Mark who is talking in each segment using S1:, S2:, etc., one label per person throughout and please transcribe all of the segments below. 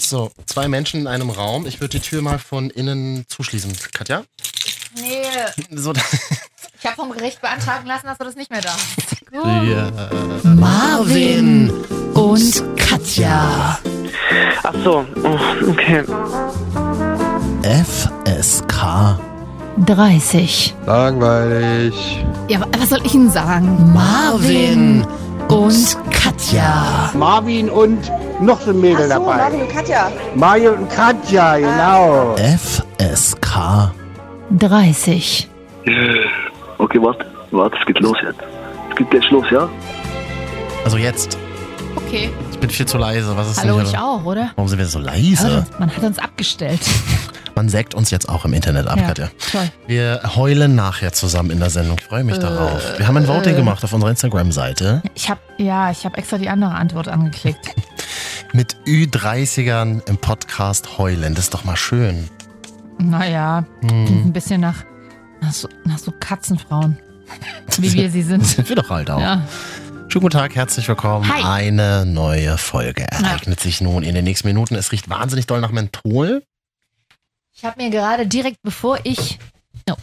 S1: So, zwei Menschen in einem Raum. Ich würde die Tür mal von innen zuschließen, Katja.
S2: Nee,
S1: So, da-
S2: ich habe vom Gericht beantragen lassen, dass du das nicht mehr darfst.
S3: Marvin und Katja.
S4: Ach so, oh, okay.
S1: FSK.
S3: 30.
S5: Langweilig.
S2: Ja, wa- was soll ich Ihnen sagen?
S3: Marvin und Katja.
S6: Marvin und noch so ein Mädel
S7: Ach so,
S6: dabei.
S7: Marvin und Katja. Ah.
S6: Mario und Katja, genau.
S1: FSK.
S3: 30.
S8: Okay, warte, warte, es geht los jetzt. Es geht gleich los, ja?
S1: Also jetzt.
S2: Okay.
S1: Ich bin viel zu leise. Was ist
S2: Hallo,
S1: denn hier?
S2: ich auch, oder?
S1: Warum sind wir so leise?
S2: Hörte, Man hat uns abgestellt.
S1: Man sägt uns jetzt auch im Internet ab, Katja.
S2: toll.
S1: Wir heulen nachher zusammen in der Sendung. Ich
S2: Äh,
S1: freue mich darauf. Wir haben ein Voting gemacht auf unserer Instagram-Seite
S2: Ich habe ja, ich habe extra die andere Antwort angeklickt.
S1: mit Ü30ern im Podcast heulen. Das ist doch mal schön.
S2: Naja, klingt ein bisschen nach, nach, so, nach so Katzenfrauen, wie wir sie sind.
S1: Sind wir doch halt auch.
S2: Ja.
S1: Schönen guten Tag, herzlich willkommen.
S2: Hi.
S1: Eine neue Folge ereignet sich nun in den nächsten Minuten. Es riecht wahnsinnig doll nach Menthol.
S2: Ich habe mir gerade direkt bevor ich oh,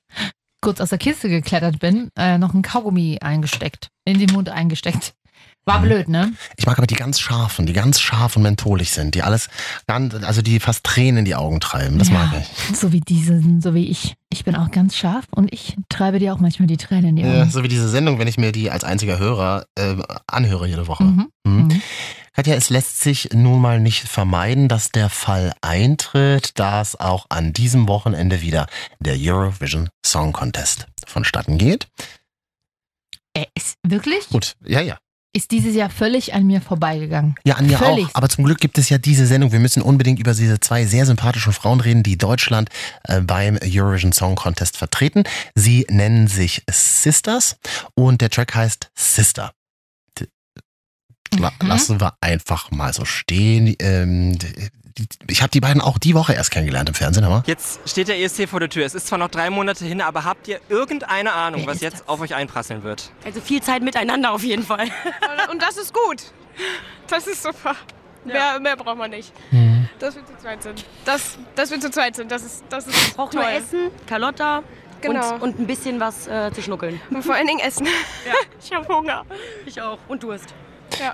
S2: kurz aus der Kiste geklettert bin, äh, noch ein Kaugummi eingesteckt. In den Mund eingesteckt.
S1: Mhm.
S2: War blöd, ne?
S1: Ich mag aber die ganz scharfen, die ganz scharf und mentholig sind, die alles, ganz, also die fast Tränen in die Augen treiben. Das
S2: Ja.
S1: mag ich.
S2: So wie diese, so wie ich. Ich bin auch ganz scharf und ich treibe dir auch manchmal die Tränen in die
S1: Ja,
S2: Augen.
S1: so wie diese Sendung, wenn ich mir die als einziger Hörer äh, anhöre jede Woche.
S2: Mhm.
S1: Mhm.
S2: Mhm.
S1: Katja, es lässt sich nun mal nicht vermeiden, dass der Fall eintritt, dass auch an diesem Wochenende wieder der Eurovision Song Contest vonstatten geht.
S2: Äh, ist, wirklich?
S1: Gut, ja, ja.
S2: Ist dieses Jahr völlig an mir vorbeigegangen.
S1: Ja, an mir
S2: Völlig.
S1: auch. Aber zum Glück gibt es ja diese Sendung. Wir müssen unbedingt über diese zwei sehr sympathischen Frauen reden, die Deutschland äh, beim Eurovision Song Contest vertreten. Sie nennen sich Sisters und der Track heißt Sister. D- La
S2: Mhm.
S1: Lassen wir einfach mal so stehen. Ähm, d- die- ich habe die beiden auch die Woche erst kennengelernt im Fernsehen, aber
S4: Jetzt steht der ESC vor der Tür. Es ist zwar noch drei Monate hin, aber habt ihr irgendeine Ahnung,
S2: Wer
S4: was
S2: ist
S4: jetzt
S2: das?
S4: auf euch einprasseln wird?
S9: Also viel Zeit miteinander auf jeden Fall.
S10: Und das ist gut. Das ist super. Mehr, mehr braucht man nicht. Dass wir zu zweit sind. Das, dass wir zu zweit sind, das ist, das ist
S9: Braucht
S10: toll.
S9: nur Essen, Carlotta
S10: Genau.
S9: und, und ein bisschen was äh, zu schnuckeln.
S10: Und vor allen Dingen Essen. Ich habe Hunger.
S9: Ich auch. Und Durst.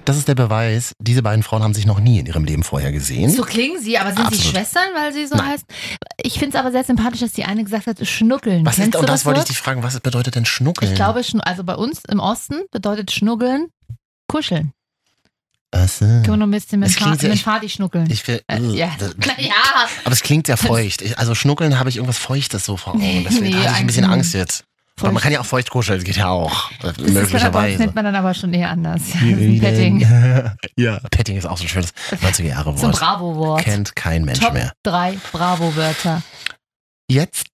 S1: das ist der Beweis, diese beiden Frauen haben sich noch nie in ihrem Leben vorher gesehen.
S2: So klingen sie, aber sind sie
S1: Hm? Absolut.
S2: Schwestern, weil sie so
S1: Nein.
S2: heißen? Ich finde es aber sehr sympathisch, dass die eine gesagt hat, schnuckeln.
S1: was
S2: Kennst
S1: ist,
S2: du
S1: und das, wollte ich
S2: Wort?
S1: dich fragen, was bedeutet denn Schnuckeln?
S2: Ich glaube, schnu- also bei uns im Osten bedeutet schnuggeln, kuscheln.
S1: Achso.
S2: Können wir noch ein bisschen mit,
S1: Es
S2: Fa
S1: klingt sehr-
S2: mit
S1: ich-
S2: Fadi schnuckeln?
S1: ich will,
S2: äh, ja.
S1: das-
S2: Naja,
S1: Aber es klingt ja feucht. Ich, also Schnuckeln habe ich irgendwas Feuchtes so vor Augen.
S2: Nee,
S1: Deswegen
S2: nee,
S1: hatte ich ein bisschen
S2: eigentlich
S1: Angst jetzt. Aber man kann ja auch feucht kuscheln, das geht ja auch. äh,
S2: das ist bei uns nennt
S1: möglicherweise.
S2: man dann aber schon eher anders. Ja, das ist ein Petting.
S1: ja, Petting ist auch so ein schönes 90er Jahre
S2: So ein
S1: Wort.
S2: Bravo-Wort.
S1: Kennt kein Mensch
S2: Top
S1: mehr.
S2: drei Bravo-Wörter.
S1: Jetzt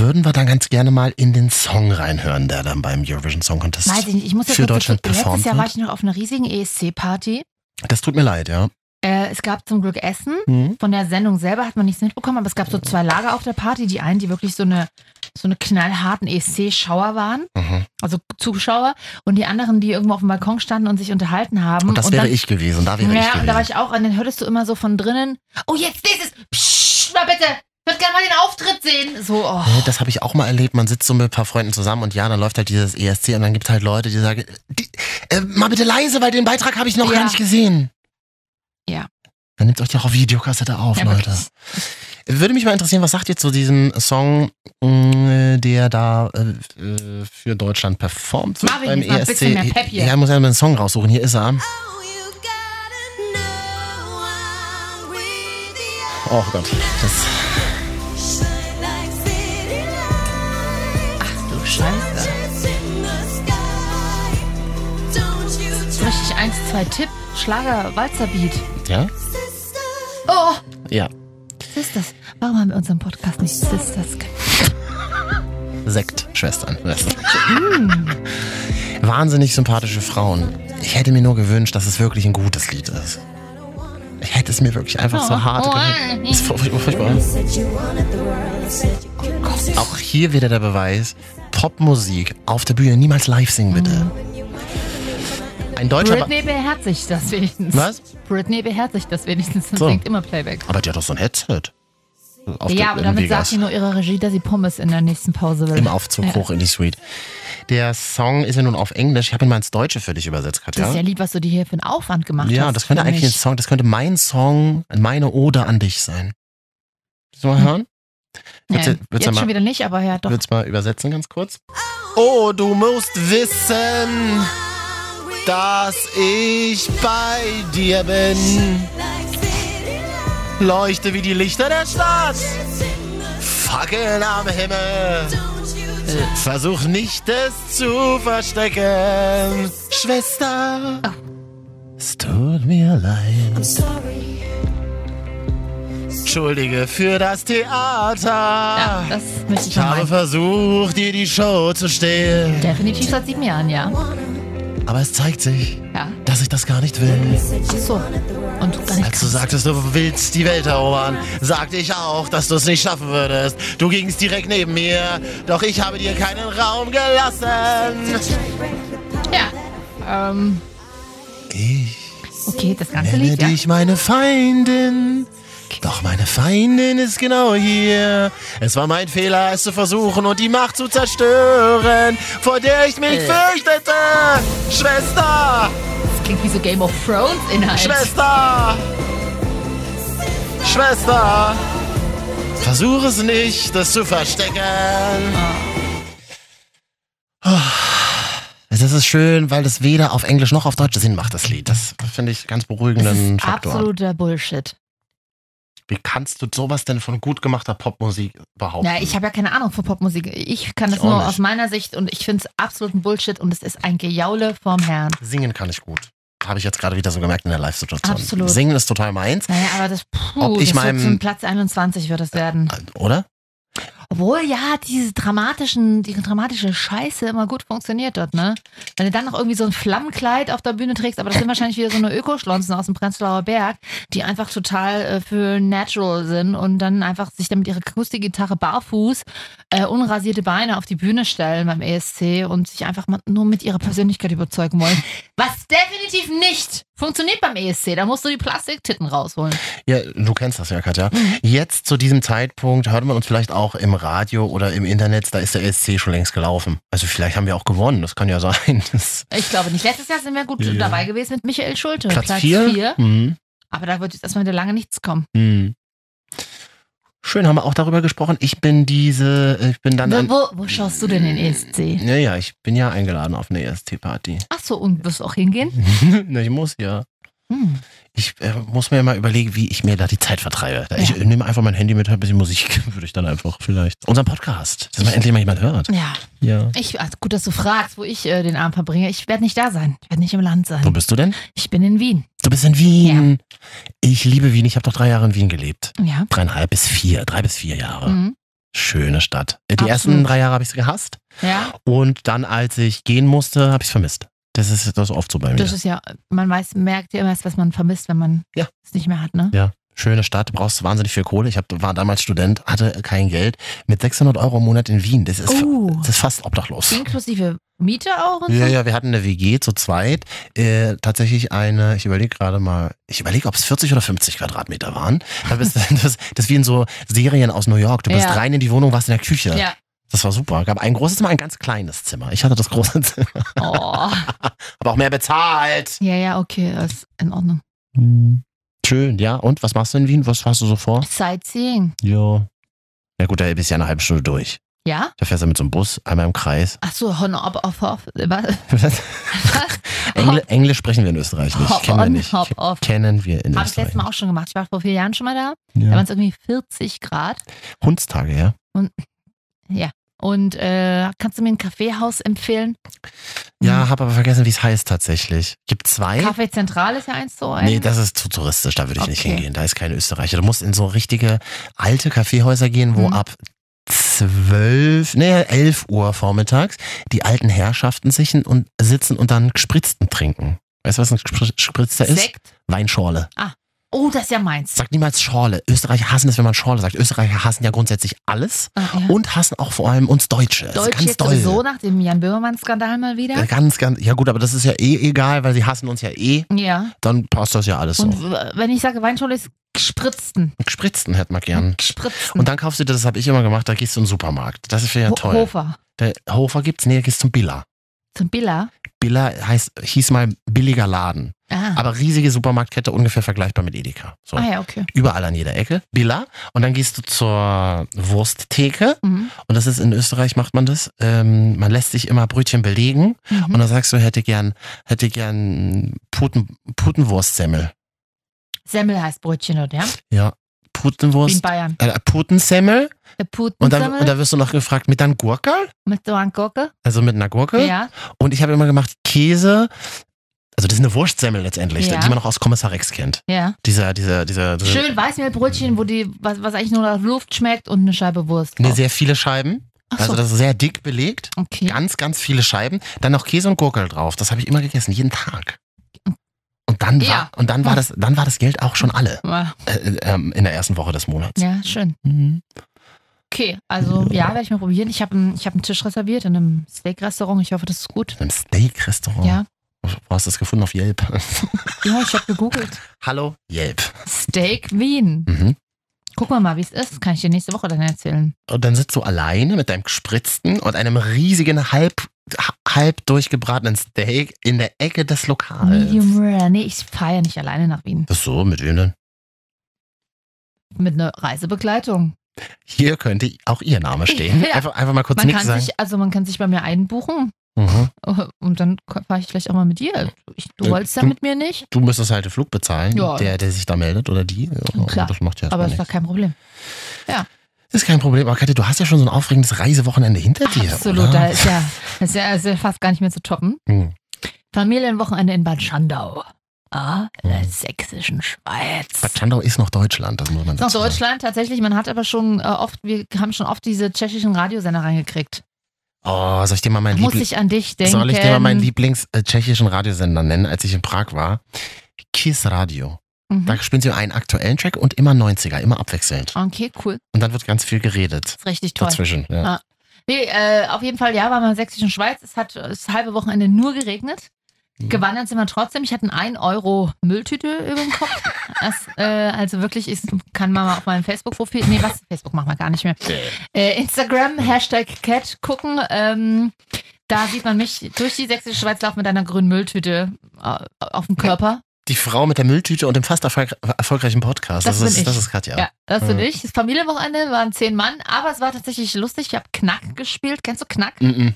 S1: würden wir dann ganz gerne mal in den Song reinhören, der dann beim Eurovision Song Contest.
S2: Weiß ich nicht, ich muss jetzt
S1: Für
S2: kurz dazu-
S1: Deutschland performt
S2: Letztes Jahr war
S1: wird?
S2: ich noch auf einer riesigen ESC-Party.
S1: Das tut mir leid, ja. Mhm.
S2: Äh, es gab zum Glück Essen. Von der Sendung selber hat man nichts mitbekommen, aber es gab so zwei Lager auf der Party. Die einen, die wirklich so eine, so eine knallharten ESC-Schauer waren,
S1: Mhm.
S2: also Zuschauer, und die anderen, die irgendwo auf dem Balkon standen und sich unterhalten haben.
S1: Und das wäre ich gewesen, da wäre
S2: Um ja,
S1: ich gewesen.
S2: und da war ich auch. Und dann hörtest du immer so von drinnen, oh, jetzt dieses, psch, mal bitte, ich würde gerne mal den Auftritt sehen. So, oh.
S1: Nee, Äh, Das habe ich auch mal erlebt. Man sitzt so mit ein paar Freunden zusammen und ja, dann läuft halt dieses ESC und dann gibt es halt Leute, die sagen, die, äh, mal bitte leise, weil den Beitrag habe ich noch
S2: Ja.
S1: gar nicht gesehen.
S2: Ja.
S1: Dann nehmt euch doch auf Videokassette auf,
S2: Ja,
S1: Leute.
S2: wirklich.
S1: Würde mich mal interessieren, was sagt ihr zu diesem Song, mh, der da äh, äh, für Deutschland performt wird
S2: Marvin,
S1: beim
S2: jetzt mal ein
S1: ESC?
S2: bisschen mehr Pep hier.
S1: Ja, ich muss ja mal einen Song raussuchen. Hier ist er. Oh Gott, das
S2: Ach du Scheiße. So Richtig 1, 2 Tipp, Schlager, Walzerbeat.
S1: ja.
S2: Oh,
S1: Ja,
S2: Sisters. Warum haben wir unseren Podcast nicht Sisters genannt?
S1: Sekt, Schwestern. Wahnsinnig sympathische Frauen. Ich hätte mir nur gewünscht, dass es wirklich ein gutes Lied ist. Ich hätte es mir wirklich einfach
S2: Oh,
S1: so hart gewünscht. Das ist furchtbar. furchtbar. Auch hier wieder der Beweis, Popmusik auf der Bühne niemals live singen, bitte. Ein deutscher. Ba-
S2: Britney beherzigt das wenigstens.
S1: Was?
S2: Britney beherzigt das wenigstens und
S1: So.
S2: singt immer Playback.
S1: Aber die hat doch so ein Headset. Auf der-
S2: ja, aber
S1: in
S2: damit
S1: Vegas.
S2: sagt sie nur ihrer Regie, dass sie Pommes in der nächsten Pause will.
S1: Im Aufzug
S2: Ja.
S1: hoch in die Suite. Der Song ist ja nun auf Englisch. Ich habe ihn mal ins Deutsche für dich übersetzt, Katja.
S2: Das ist ja lieb, was du dir hier für einen Aufwand gemacht hast.
S1: Ja, das könnte
S2: für
S1: eigentlich ein
S2: mich.
S1: Song, das könnte mein Song, meine Ode an dich sein. Willst du mal hören? Willst
S2: Hm. Nee,
S1: du- willst du
S2: jetzt
S1: mal-
S2: schon wieder nicht, aber ja,
S1: Ich
S2: doch.
S1: würde es mal übersetzen ganz kurz. Oh, du musst wissen, dass ich bei dir bin. Leuchte wie die Lichter der Stadt. Fackeln am Himmel. Versuch nicht, es zu verstecken. Schwester,
S2: Oh.
S1: es tut mir leid.
S2: Uh,
S1: Entschuldige für das Theater.
S2: ja, das möchte ich
S1: Ich
S2: noch
S1: habe
S2: meinen.
S1: versucht, dir die Show zu stehlen.
S2: Definitiv seit sieben Jahren, ja.
S1: Aber es zeigt sich,
S2: ja.
S1: dass ich das gar nicht will.
S2: Ach so. Und du gar nicht
S1: Als du
S2: kannst.
S1: sagtest, du willst die Welt erobern, sagte ich auch, dass du es nicht schaffen würdest. Du gingst direkt neben mir, doch ich habe dir keinen Raum gelassen.
S2: Ja. Ähm,
S1: Ich
S2: okay, das ganze
S1: nenne
S2: Lied, ja.
S1: dich meine Feindin. Doch meine Feindin ist genau hier. Es war mein Fehler, es zu versuchen und die Macht zu zerstören, vor der ich mich
S2: Äh.
S1: fürchtete. Schwester!
S2: Das klingt wie so Game of Thrones-Inhalt.
S1: Schwester! Schwester! Versuch es nicht, das zu verstecken. Das Ah. ist schön, weil das weder auf Englisch noch auf Deutsch Sinn macht, das Lied. Das finde ich ganz
S2: Das
S1: beruhigenden
S2: ist
S1: Faktor.
S2: absoluter Bullshit.
S1: Wie kannst du sowas denn von gut gemachter Popmusik behaupten?
S2: Ja, ich habe ja keine Ahnung von Popmusik. Ich kann das
S1: Ich auch
S2: nur
S1: nicht.
S2: aus meiner Sicht und ich finde es absoluten Bullshit und es ist ein Gejaule vom Herrn.
S1: Singen kann ich gut. Habe ich jetzt gerade wieder so gemerkt in der Live-Situation.
S2: Absolut.
S1: Singen ist total meins,
S2: Naja, aber das, puh,
S1: Ob ich
S2: das
S1: meinem-
S2: wird zum Platz 21 wird das werden.
S1: oder?
S2: Obwohl ja diese dramatischen, die dramatische Scheiße immer gut funktioniert dort, ne? Wenn du dann noch irgendwie so ein Flammenkleid auf der Bühne trägst, aber das sind wahrscheinlich wieder so eine Ökoschlonzen aus dem Prenzlauer Berg, die einfach total äh, für natural sind und dann einfach sich dann mit ihrer Akustikgitarre barfuß, äh, unrasierte Beine auf die Bühne stellen beim ESC und sich einfach mal nur mit ihrer Persönlichkeit überzeugen wollen. Was definitiv nicht funktioniert beim ESC. Da musst du die Plastiktitten rausholen.
S1: Ja, du kennst das ja, Katja.
S2: Mhm.
S1: Jetzt zu diesem Zeitpunkt hört man uns vielleicht auch im Radio oder im Internet, da ist der ESC schon längst gelaufen. Also vielleicht haben wir auch gewonnen, das kann ja sein. Das
S2: Ich glaube nicht. Letztes Jahr sind wir gut
S1: Ja.
S2: dabei gewesen mit Michael Schulte.
S1: Platz 4.
S2: vier.
S1: Mhm.
S2: Aber da wird jetzt erstmal wieder lange nichts kommen.
S1: Mhm. Schön, haben wir auch darüber gesprochen. Ich bin diese, ich bin dann...
S2: Wo,
S1: Ein,
S2: wo, wo schaust du denn den E ESC?
S1: ja, ja, ich bin ja eingeladen auf eine E ESC-Party.
S2: Achso, und wirst auch hingehen?
S1: Na, ich muss ja.
S2: Hm.
S1: Ich äh, muss mir mal überlegen, wie ich mir da die Zeit vertreibe. Ich äh,
S2: Ja.
S1: nehme einfach mein Handy mit, hör ein bisschen Musik, würde ich dann einfach vielleicht. Unseren Podcast, dass mal endlich mal jemand hört.
S2: Ja,
S1: Ja.
S2: ich, also gut, dass du fragst, wo ich äh, den Abend verbringe. Ich werde nicht da sein. Ich werde nicht im Land
S1: Wo
S2: sein.
S1: bist du denn?
S2: Ich bin in Wien.
S1: Du bist in Wien. Ich liebe Wien. Ich habe doch drei Jahre in Wien gelebt.
S2: Ja.
S1: Dreieinhalb bis vier, drei bis vier Jahre.
S2: Mhm.
S1: Schöne Stadt. Die
S2: Absolut.
S1: ersten drei Jahre habe ich es gehasst.
S2: Ja,
S1: Und dann, als ich gehen musste, habe ich es vermisst. Das ist das ist oft so bei mir.
S2: das ist ja, man weiß, merkt ja immer erst, was man vermisst, wenn man
S1: Ja.
S2: es nicht mehr hat, ne?
S1: ja, schöne Stadt. Du brauchst wahnsinnig viel Kohle. Ich hab, war damals Student, hatte kein Geld. Mit 600 Euro im Monat in Wien. Das ist,
S2: Oh.
S1: das ist fast obdachlos.
S2: Inklusive Miete auch und
S1: Ja,
S2: so?
S1: ja, wir hatten eine WG zu zweit. Äh, tatsächlich eine, ich überlege gerade mal, ich überlege, ob es 40 oder 50 Quadratmeter waren. Da bist, das, das ist wie in so Serien aus New York. Du bist
S2: Ja.
S1: rein in die Wohnung, warst in der Küche.
S2: Ja.
S1: Das war super. Gab ein großes Zimmer, ein ganz kleines Zimmer. Ich hatte das große Zimmer.
S2: Oh.
S1: Habe auch mehr bezahlt.
S2: Ja, ja, okay, das ist in Ordnung.
S1: Hm. Schön, ja. Und was machst du in Wien? Was hast du so vor?
S2: Sightseeing.
S1: Ja. Ja gut, da bist du ja eine halbe Stunde durch.
S2: Ja?
S1: Da fährst du mit so einem Bus einmal im Kreis.
S2: Achso, Hon auf, auf, auf, was?
S1: Engl Englisch sprechen wir in Österreich nicht.
S2: Hop
S1: Kennen wir
S2: on,
S1: nicht.
S2: hop off.
S1: Kennen wir in
S2: Habe ich
S1: Österreich.
S2: letztes Mal auch schon gemacht. Ich war vor vier Jahren schon mal da.
S1: nicht.
S2: Da
S1: ja.
S2: waren es irgendwie 40 Grad.
S1: Hundstage, ja.
S2: Und äh, kannst du mir ein Kaffeehaus empfehlen?
S1: Ja, habe aber vergessen, wie es heißt tatsächlich. Gibt zwei?
S2: Kaffee Zentral ist ja eins zu einem.
S1: Nee, das ist zu touristisch, da würde ich nicht
S2: Okay.
S1: hingehen. Da ist keine Österreicher. Du musst in so richtige alte Kaffeehäuser gehen, wo
S2: Mhm.
S1: ab 12, nee, 11 Uhr vormittags die alten Herrschaften sich in- und sitzen und dann Gespritzten trinken. Weißt du, was ein Gespr- Spritzer ist?
S2: Sekt.
S1: Weinschorle.
S2: Ah. Oh, das ist ja meins.
S1: Sagt niemals Schorle. Österreicher hassen es, wenn man Schorle sagt. Österreicher hassen ja grundsätzlich alles
S2: Ah, ja.
S1: und hassen auch vor allem uns Deutsche. Oh, Das ist
S2: Deutsch
S1: ganz
S2: jetzt
S1: doll.
S2: sowieso nach dem Jan Böhmermann-Skandal mal wieder.
S1: Äh, Ganz, ganz, ja gut, aber das ist ja eh egal, weil sie hassen uns ja eh.
S2: Ja.
S1: Dann passt das ja alles
S2: Und
S1: so.
S2: w- wenn ich sage Weinschorle ist gespritzten.
S1: Gespritzten hätten wir
S2: Mhm.
S1: gern.
S2: Spritzen.
S1: Und dann kaufst du, dir, das habe ich immer gemacht, da gehst du in den Supermarkt. Das ist ja
S2: Ho-
S1: toll.
S2: Hofer.
S1: Der Hofer gibt's? Nee, da gehst du zum Billa.
S2: Zum Billa.
S1: Billa heißt, hieß mal billiger Laden.
S2: Ah.
S1: Aber riesige Supermarktkette, ungefähr vergleichbar mit Edeka. So.
S2: ah ja, okay.
S1: Überall an jeder Ecke. Billa. Und dann gehst du zur Wursttheke.
S2: Mhm.
S1: Und das ist in Österreich macht man das. Ähm, man lässt sich immer Brötchen belegen. Und
S2: Mhm.
S1: dann sagst du, hätte gern, hätte gern Puten, Putenwurstsemmel.
S2: Semmel heißt Brötchen dort, ja?
S1: Ja.
S2: Wie in
S1: Putenwurst.
S2: Bayern.
S1: Äh, Putensemmel.
S2: Der Puten
S1: Und dann, und dann wirst du noch gefragt, mit dann Gurke?
S2: mit so einem Gurke.
S1: Also mit einer Gurke.
S2: Ja.
S1: Und ich habe immer gemacht, Käse. Also das ist eine Wurstsemmel letztendlich,
S2: Ja.
S1: die man auch aus Kommissar Rex kennt.
S2: Ja.
S1: Dieser, dieser, dieser. dieser
S2: Schön Weißmehlbrötchen, wo die, was, was eigentlich nur nach Luft schmeckt und eine Scheibe Wurst.
S1: Ne,
S2: drauf.
S1: sehr viele Scheiben.
S2: Ach so.
S1: Also das ist sehr dick belegt.
S2: okay.
S1: Ganz, ganz viele Scheiben. Dann noch Käse und Gurkel drauf. Das habe ich immer gegessen, jeden Tag. Und dann war,
S2: Ja.
S1: und dann war das, dann war das Geld auch schon alle
S2: Ah,
S1: äh, ähm, in der ersten Woche des Monats.
S2: Ja, schön.
S1: Mhm.
S2: Okay, also ja, werde ich mal probieren. Ich habe einen, ich hab einen Tisch reserviert in einem Steak-Restaurant. Ich hoffe, das ist gut.
S1: Im Steak-Restaurant.
S2: Ja,
S1: Wo hast du das gefunden? Auf Yelp.
S2: ja ich habe gegoogelt.
S1: Hallo, Yelp.
S2: Steak Wien.
S1: Mhm.
S2: Gucken wir mal, wie es ist. Kann ich dir nächste Woche dann erzählen.
S1: Und dann sitzt du alleine mit deinem gespritzten und einem riesigen, halb, halb durchgebratenen Steak in der Ecke des Lokals.
S2: Medium Rare. Nee, ich fahre ja nicht alleine nach Wien.
S1: Ach so, mit wem denn?
S2: Mit einer Reisebegleitung.
S1: Hier könnte auch Ihr Name stehen.
S2: Ja.
S1: Einfach, einfach mal kurz
S2: Man
S1: nichts
S2: kann
S1: sagen.
S2: sich, also man kann sich bei mir einbuchen
S1: Mhm.
S2: äh, und dann fahre ich vielleicht auch mal mit dir. Ich, du
S1: Äh,
S2: wolltest ja
S1: du-
S2: mit mir nicht,
S1: Du müsstest halt den Flug bezahlen,
S2: Ja.
S1: der, der sich da meldet oder die. Ja,
S2: Klar.
S1: Das macht ja
S2: aber
S1: erstmal
S2: ist doch
S1: nichts.
S2: kein Problem.
S1: Ist kein Problem. Aber Katja, du hast ja schon so ein aufregendes Reisewochenende hinter dir.
S2: Absolut, da
S1: Oder?
S2: ist ja, das ist ja, ist ja fast gar nicht mehr zu toppen.
S1: Hm.
S2: Familienwochenende in Bad Schandau. Ah, in der
S1: Mhm.
S2: sächsischen Schweiz.
S1: Bad Schandau ist noch Deutschland, das muss man
S2: Ist noch
S1: dazu sagen.
S2: Deutschland tatsächlich, man hat aber schon äh, oft, wir haben schon oft diese tschechischen Radiosender reingekriegt.
S1: Oh, soll ich dir mal meinen
S2: Muss
S1: Liebl-
S2: ich an dich denken.
S1: Soll ich dir mal meinen Lieblings-tschechischen Radiosender nennen, als ich in Prag war? Kiss Radio.
S2: Mhm.
S1: Da spielen sie einen aktuellen Track und immer 90er, immer abwechselnd.
S2: Okay, cool.
S1: Und dann wird ganz viel geredet
S2: ist richtig toll.
S1: dazwischen. Ja.
S2: Ah. Nee, äh, auf jeden Fall, ja, waren wir in der Sächsischen Schweiz. Es hat äh, das halbe Wochenende nur geregnet. Gewandert sind wir trotzdem. Ich hatte einen 1-Euro-Mülltüte über dem Kopf. Das, äh, also wirklich, ich kann man mal auf meinem Facebook-Profil, nee, was? Facebook machen wir gar nicht mehr. Äh, Instagram, Hashtag Cat gucken. Ähm, da sieht man mich durch die Sächsische Schweiz laufen mit einer grünen Mülltüte äh, auf dem Körper.
S1: Die Frau mit der Mülltüte und dem fast erfolg erfolgreichen Podcast. Das,
S2: Das bin
S1: ist,
S2: ich.
S1: das ist Katja.
S2: Ja, das
S1: Mhm.
S2: bin ich. Das Familienwochenende waren zehn Mann, aber es war tatsächlich lustig. Ich habe Knack gespielt. Kennst du Knack?
S1: Mhm.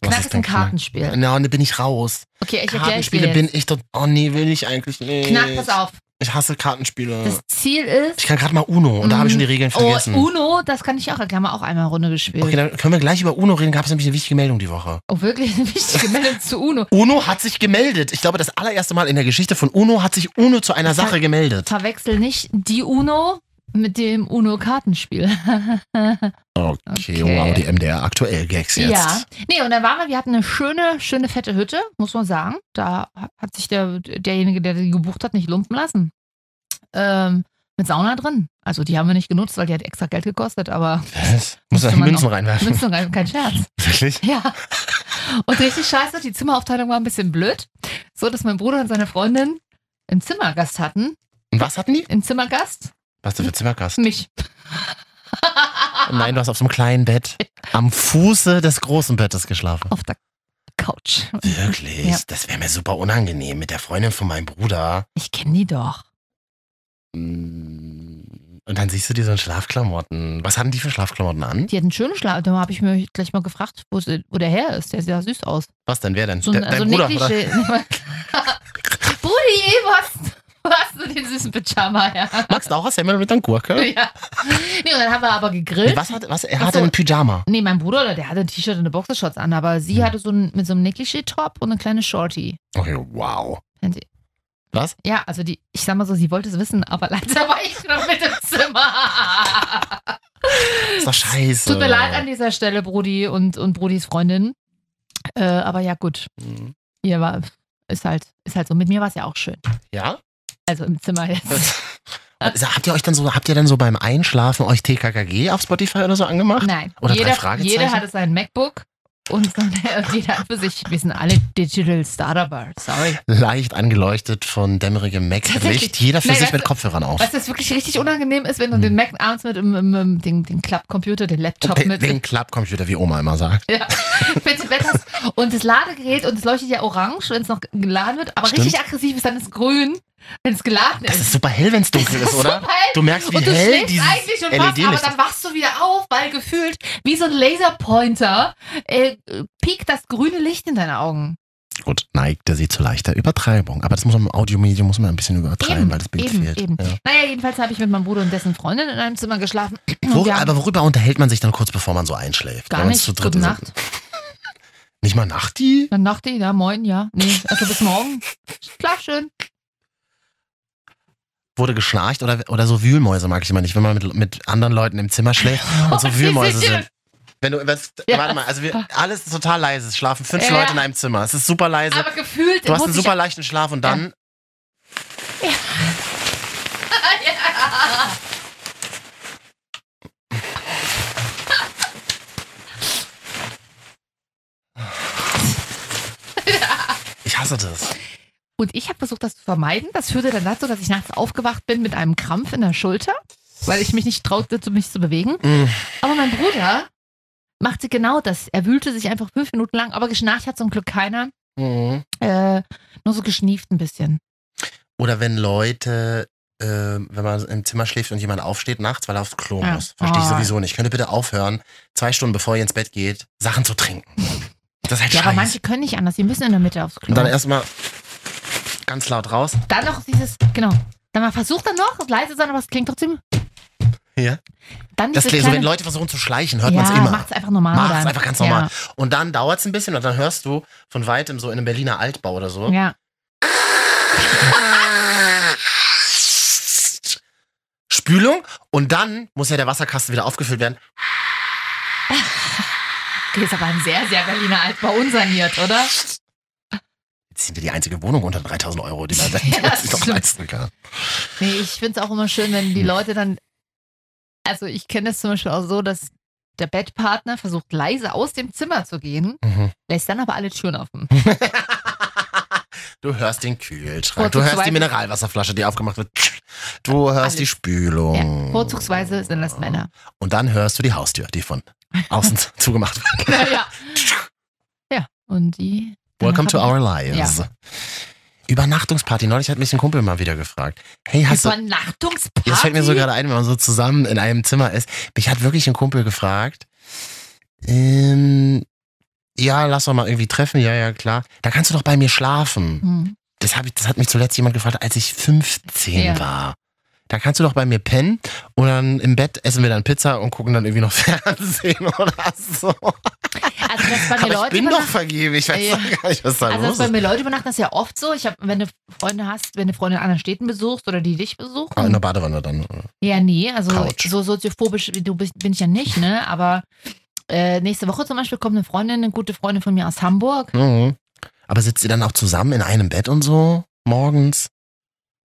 S1: Was
S2: Knack ist ein
S1: denn Knack?
S2: Kartenspiel.
S1: Na, und da bin ich raus.
S2: Okay, ich erkläre ich dir
S1: Kartenspiele
S2: jetzt.
S1: bin ich dort. Oh nee, will ich eigentlich nicht.
S2: Knack, pass auf.
S1: Ich hasse Kartenspiele.
S2: Das Ziel ist.
S1: ich kann gerade mal Uno und da habe ich schon die Regeln
S2: Oh,
S1: vergessen.
S2: Uno, das kann ich auch. Da haben wir auch einmal eine Runde gespielt.
S1: okay, dann können wir gleich über Uno reden. Gab es nämlich eine wichtige Meldung die Woche.
S2: Oh, wirklich eine wichtige Meldung zu Uno.
S1: Uno hat sich gemeldet. Ich glaube, das allererste Mal in der Geschichte von Uno hat sich Uno zu einer
S2: Das hat-
S1: Sache gemeldet.
S2: Verwechsel nicht die Uno mit dem
S3: Uno-Kartenspiel.
S1: Okay,
S2: Okay.
S1: wow, die MDR aktuell Gags jetzt.
S2: Ja. Nee, und dann waren wir, wir hatten eine schöne, schöne fette Hütte, muss man sagen. Da hat sich der, derjenige, der die gebucht hat, nicht lumpen lassen. Ähm, mit Sauna drin. Also die haben wir nicht genutzt, weil die hat extra Geld gekostet, aber
S1: Was? Muss
S2: Müsste
S1: man
S2: man
S1: Münzen
S2: noch-
S1: reinwerfen.
S2: nützt nun kein Scherz.
S1: Wirklich?
S2: Ja. Und richtig scheiße, die Zimmeraufteilung war ein bisschen blöd. So, dass mein Bruder und seine Freundin einen Zimmergast hatten.
S1: Und was hatten die?
S2: Einen Zimmergast?
S1: Was denn für Zimmergast?
S2: Mich. Ah.
S1: Nein, du hast auf so einem kleinen Bett am Fuße des großen Bettes geschlafen.
S2: Auf der Couch.
S1: Wirklich?
S2: Ja.
S1: Das wäre mir super unangenehm mit der Freundin von meinem Bruder.
S2: Ich kenne die doch.
S1: Und dann siehst du dir so in Schlafklamotten. Was hatten die für Schlafklamotten an?
S2: Die hat einen schönen Schlaf. Da habe ich mir gleich mal gefragt, wo, sie, wo der Herr ist. Der sah süß aus.
S1: Was denn? Wer denn?
S2: So,
S1: De-
S2: ein- also
S1: Dein
S2: so ein
S1: Bruder? Oder?
S2: Nicklische. Brudi, wo hast, wo hast du den süßen Pyjama her?
S1: Magst du auch was Semmel mit einer Gurke?
S2: ja. Nee, und dann haben wir aber gegrillt.
S1: Nee, was hat, was, er
S2: Ach
S1: hat
S2: so.
S1: ein Pyjama.
S2: Nee, mein Bruder, oder der hatte ein T-Shirt und eine Boxershorts an, aber sie
S1: Hm.
S2: hatte so ein, mit so einem Negligé-Top und eine kleine Shorty.
S1: Okay, wow.
S2: Wenn sie-
S1: Was?
S2: Ja, also die, ich sag mal so, sie wollte es wissen, aber leider war ich noch mit im Zimmer.
S1: Ist doch scheiße.
S2: Tut mir leid an dieser Stelle, Brudi und, und Brudis Freundin. Äh,
S1: Mhm.
S2: aber ja, gut. Ihr war, ist halt, ist halt so. Mit mir war es ja auch schön.
S1: Ja?
S2: Also im Zimmer jetzt.
S1: Habt ihr euch dann so, habt ihr dann so beim Einschlafen euch TKKG auf Spotify oder so angemacht?
S2: Nein.
S1: Oder drei
S2: jeder,
S1: Fragezeichen?
S2: jeder hatte sein MacBook und, und jeder hat für sich. Wir sind alle Digital Startup Bar. Sorry.
S1: Leicht angeleuchtet von dämmerigem Mac-Licht.
S2: Tatsächlich.
S1: Jeder für
S2: Nein,
S1: sich
S2: weißt
S1: mit
S2: du-
S1: Kopfhörern auf.
S2: Was das wirklich richtig unangenehm ist, wenn
S1: Hm.
S2: du den Mac abends mit im, im, im, den, den Klappcomputer, den Laptop
S1: Den,
S2: mit
S1: den Klappcomputer, wie Oma immer sagt.
S2: Ja, wenn du Bett hast und das Ladegerät und es leuchtet ja orange, wenn es noch geladen wird, aber
S1: Stimmt.
S2: richtig aggressiv ist dann das Grün, wenn es geladen
S1: Das
S2: ist.
S1: ist super hell, wenn es dunkel ist, oder?
S2: super hell.
S1: Du merkst, wie
S2: und du
S1: hell
S2: schläfst
S1: dieses E
S2: eigentlich schon fast, aber
S1: LED-Licht
S2: dann wachst du wieder auf, weil gefühlt wie so ein Laserpointer äh, piekt das grüne Licht in deine Augen.
S1: ist. Gut, neigte sie zu leichter Übertreibung. Aber das muss man im Audiomedium muss man ein bisschen übertreiben,
S2: Eben,
S1: weil das Bild
S2: eben,
S1: fehlt.
S2: eben.
S1: Ja.
S2: Naja, jedenfalls habe ich mit meinem Bruder und dessen Freundin in einem Zimmer geschlafen. Und
S1: Wor
S2: wir haben
S1: aber worüber unterhält man sich dann kurz bevor man so einschläft?
S2: Hm, gar
S1: wenn man's
S2: nicht.
S1: zu dritt
S2: Gute
S1: ist?
S2: Nacht.
S1: Nicht mal Nachti?
S2: Dann dachte ich, ja, moin, ja. Nee, also bis morgen. Schlaf schön.
S1: Wurde geschnarcht oder, oder so Wühlmäuse mag ich immer nicht, wenn man mit, mit anderen Leuten im Zimmer schläft und so
S2: Oh,
S1: Wühlmäuse
S2: wie süß.
S1: sind. Wenn du, was,
S2: Ja.
S1: Warte mal, also wir, alles ist total leise. Es schlafen fünf
S2: Ja.
S1: Leute in einem Zimmer. Es ist super leise.
S2: Aber gefühlt
S1: Also du hast einen
S2: muss ich
S1: super leichten Schlaf und dann Ich hasse das.
S2: Und ich habe versucht, das zu vermeiden. Das führte dann dazu, dass ich nachts aufgewacht bin mit einem Krampf in der Schulter, weil ich mich nicht traute, zu- mich zu bewegen.
S1: Mm.
S2: Aber mein Bruder machte genau das. Er wühlte sich einfach fünf Minuten lang, aber geschnarcht hat zum Glück keiner.
S1: Mhm.
S2: Äh, nur so geschnieft ein bisschen.
S1: Oder wenn Leute, äh, wenn man im Zimmer schläft und jemand aufsteht nachts, weil er aufs Klo
S2: Ja.
S1: muss. Verstehe ich
S2: Oh.
S1: sowieso nicht. Könnt ihr bitte aufhören, zwei Stunden bevor ihr ins Bett geht, Sachen zu trinken. Das ist halt
S2: Ja, aber
S1: scheiße.
S2: manche können nicht anders. Die müssen in der Mitte aufs Klo.
S1: Und dann erstmal ganz laut raus.
S2: Dann noch dieses, genau. Dann mal versucht dann noch, leise sein, aber es klingt trotzdem.
S1: Ja.
S2: Dann
S1: Das
S2: dieses
S1: klingt so, wenn
S2: kleine-
S1: Leute versuchen zu schleichen, hört
S2: ja,
S1: man es immer.
S2: Macht's einfach normal.
S1: Macht's
S2: dann.
S1: einfach ganz normal. Und dann dauert es ein bisschen und dann hörst du von weitem so in einem Berliner Altbau oder so.
S2: Ja. ja.
S1: Spülung und dann muss ja der Wasserkasten wieder aufgefüllt werden.
S2: Okay, ist aber ein sehr, sehr Berliner Altbau unsaniert, oder?
S1: Jetzt sind wir die einzige Wohnung unter 3000 Euro, die man
S2: Ja,
S1: die
S2: das
S1: sich doch
S2: stimmt.
S1: leisten kann.
S2: Nee, ich finde es auch immer schön, wenn die Leute dann. Also, ich kenne das zum Beispiel auch so, dass der Bettpartner versucht, leise aus dem Zimmer zu gehen,
S1: Mhm.
S2: lässt dann aber alle Türen offen.
S1: Du hörst den Kühlschrank, du
S2: Vorzugsweise-
S1: hörst die Mineralwasserflasche, die aufgemacht wird. Du hörst
S2: Alles.
S1: die
S2: Ja,
S1: Spülung.
S2: vorzugsweise sind das Männer.
S1: Und dann hörst du die Haustür, die von außen zugemacht wird.
S2: ja. ja, und die.
S1: Welcome to
S2: danach
S1: our
S2: haben
S1: lives. Übernachtungsparty. Neulich hat mich ein Kumpel mal wieder gefragt. Hey,
S2: die-
S1: hast du,
S2: Das war eine Nachtungsparty.
S1: Das fällt mir so gerade ein, wenn man so zusammen in einem Zimmer ist. Mich hat wirklich ein Kumpel gefragt, ähm, ja, lass doch mal irgendwie treffen, ja, ja, klar. Da kannst du doch bei mir schlafen.
S2: Hm.
S1: Das, hab ich, das hat mich zuletzt jemand gefragt, als ich 15
S2: Ja.
S1: war. Da kannst du doch bei mir pennen und dann im Bett essen wir dann Pizza und gucken dann irgendwie noch Fernsehen oder so.
S2: Also, dass bei mir
S1: Aber ich
S2: Leute
S1: bin doch
S2: übernachten.
S1: vergeben, ich weiß
S2: Ja.
S1: doch gar nicht, was da
S2: Also, dass
S1: los
S2: bei
S1: ist.
S2: mir Leute übernachten, das ist ja oft so. Ich habe, wenn du Freunde hast, wenn du Freunde in anderen Städten besuchst oder die dich besuchen,
S1: Ah, in der Badewanne dann. oder?
S2: Ja, nee, also
S1: Couch.
S2: so soziophobisch wie du bist, bin ich ja nicht, ne? Aber äh, nächste Woche zum Beispiel kommt eine Freundin, eine gute Freundin von mir aus Hamburg.
S1: Mhm. Aber sitzt ihr dann auch zusammen in einem Bett und so morgens?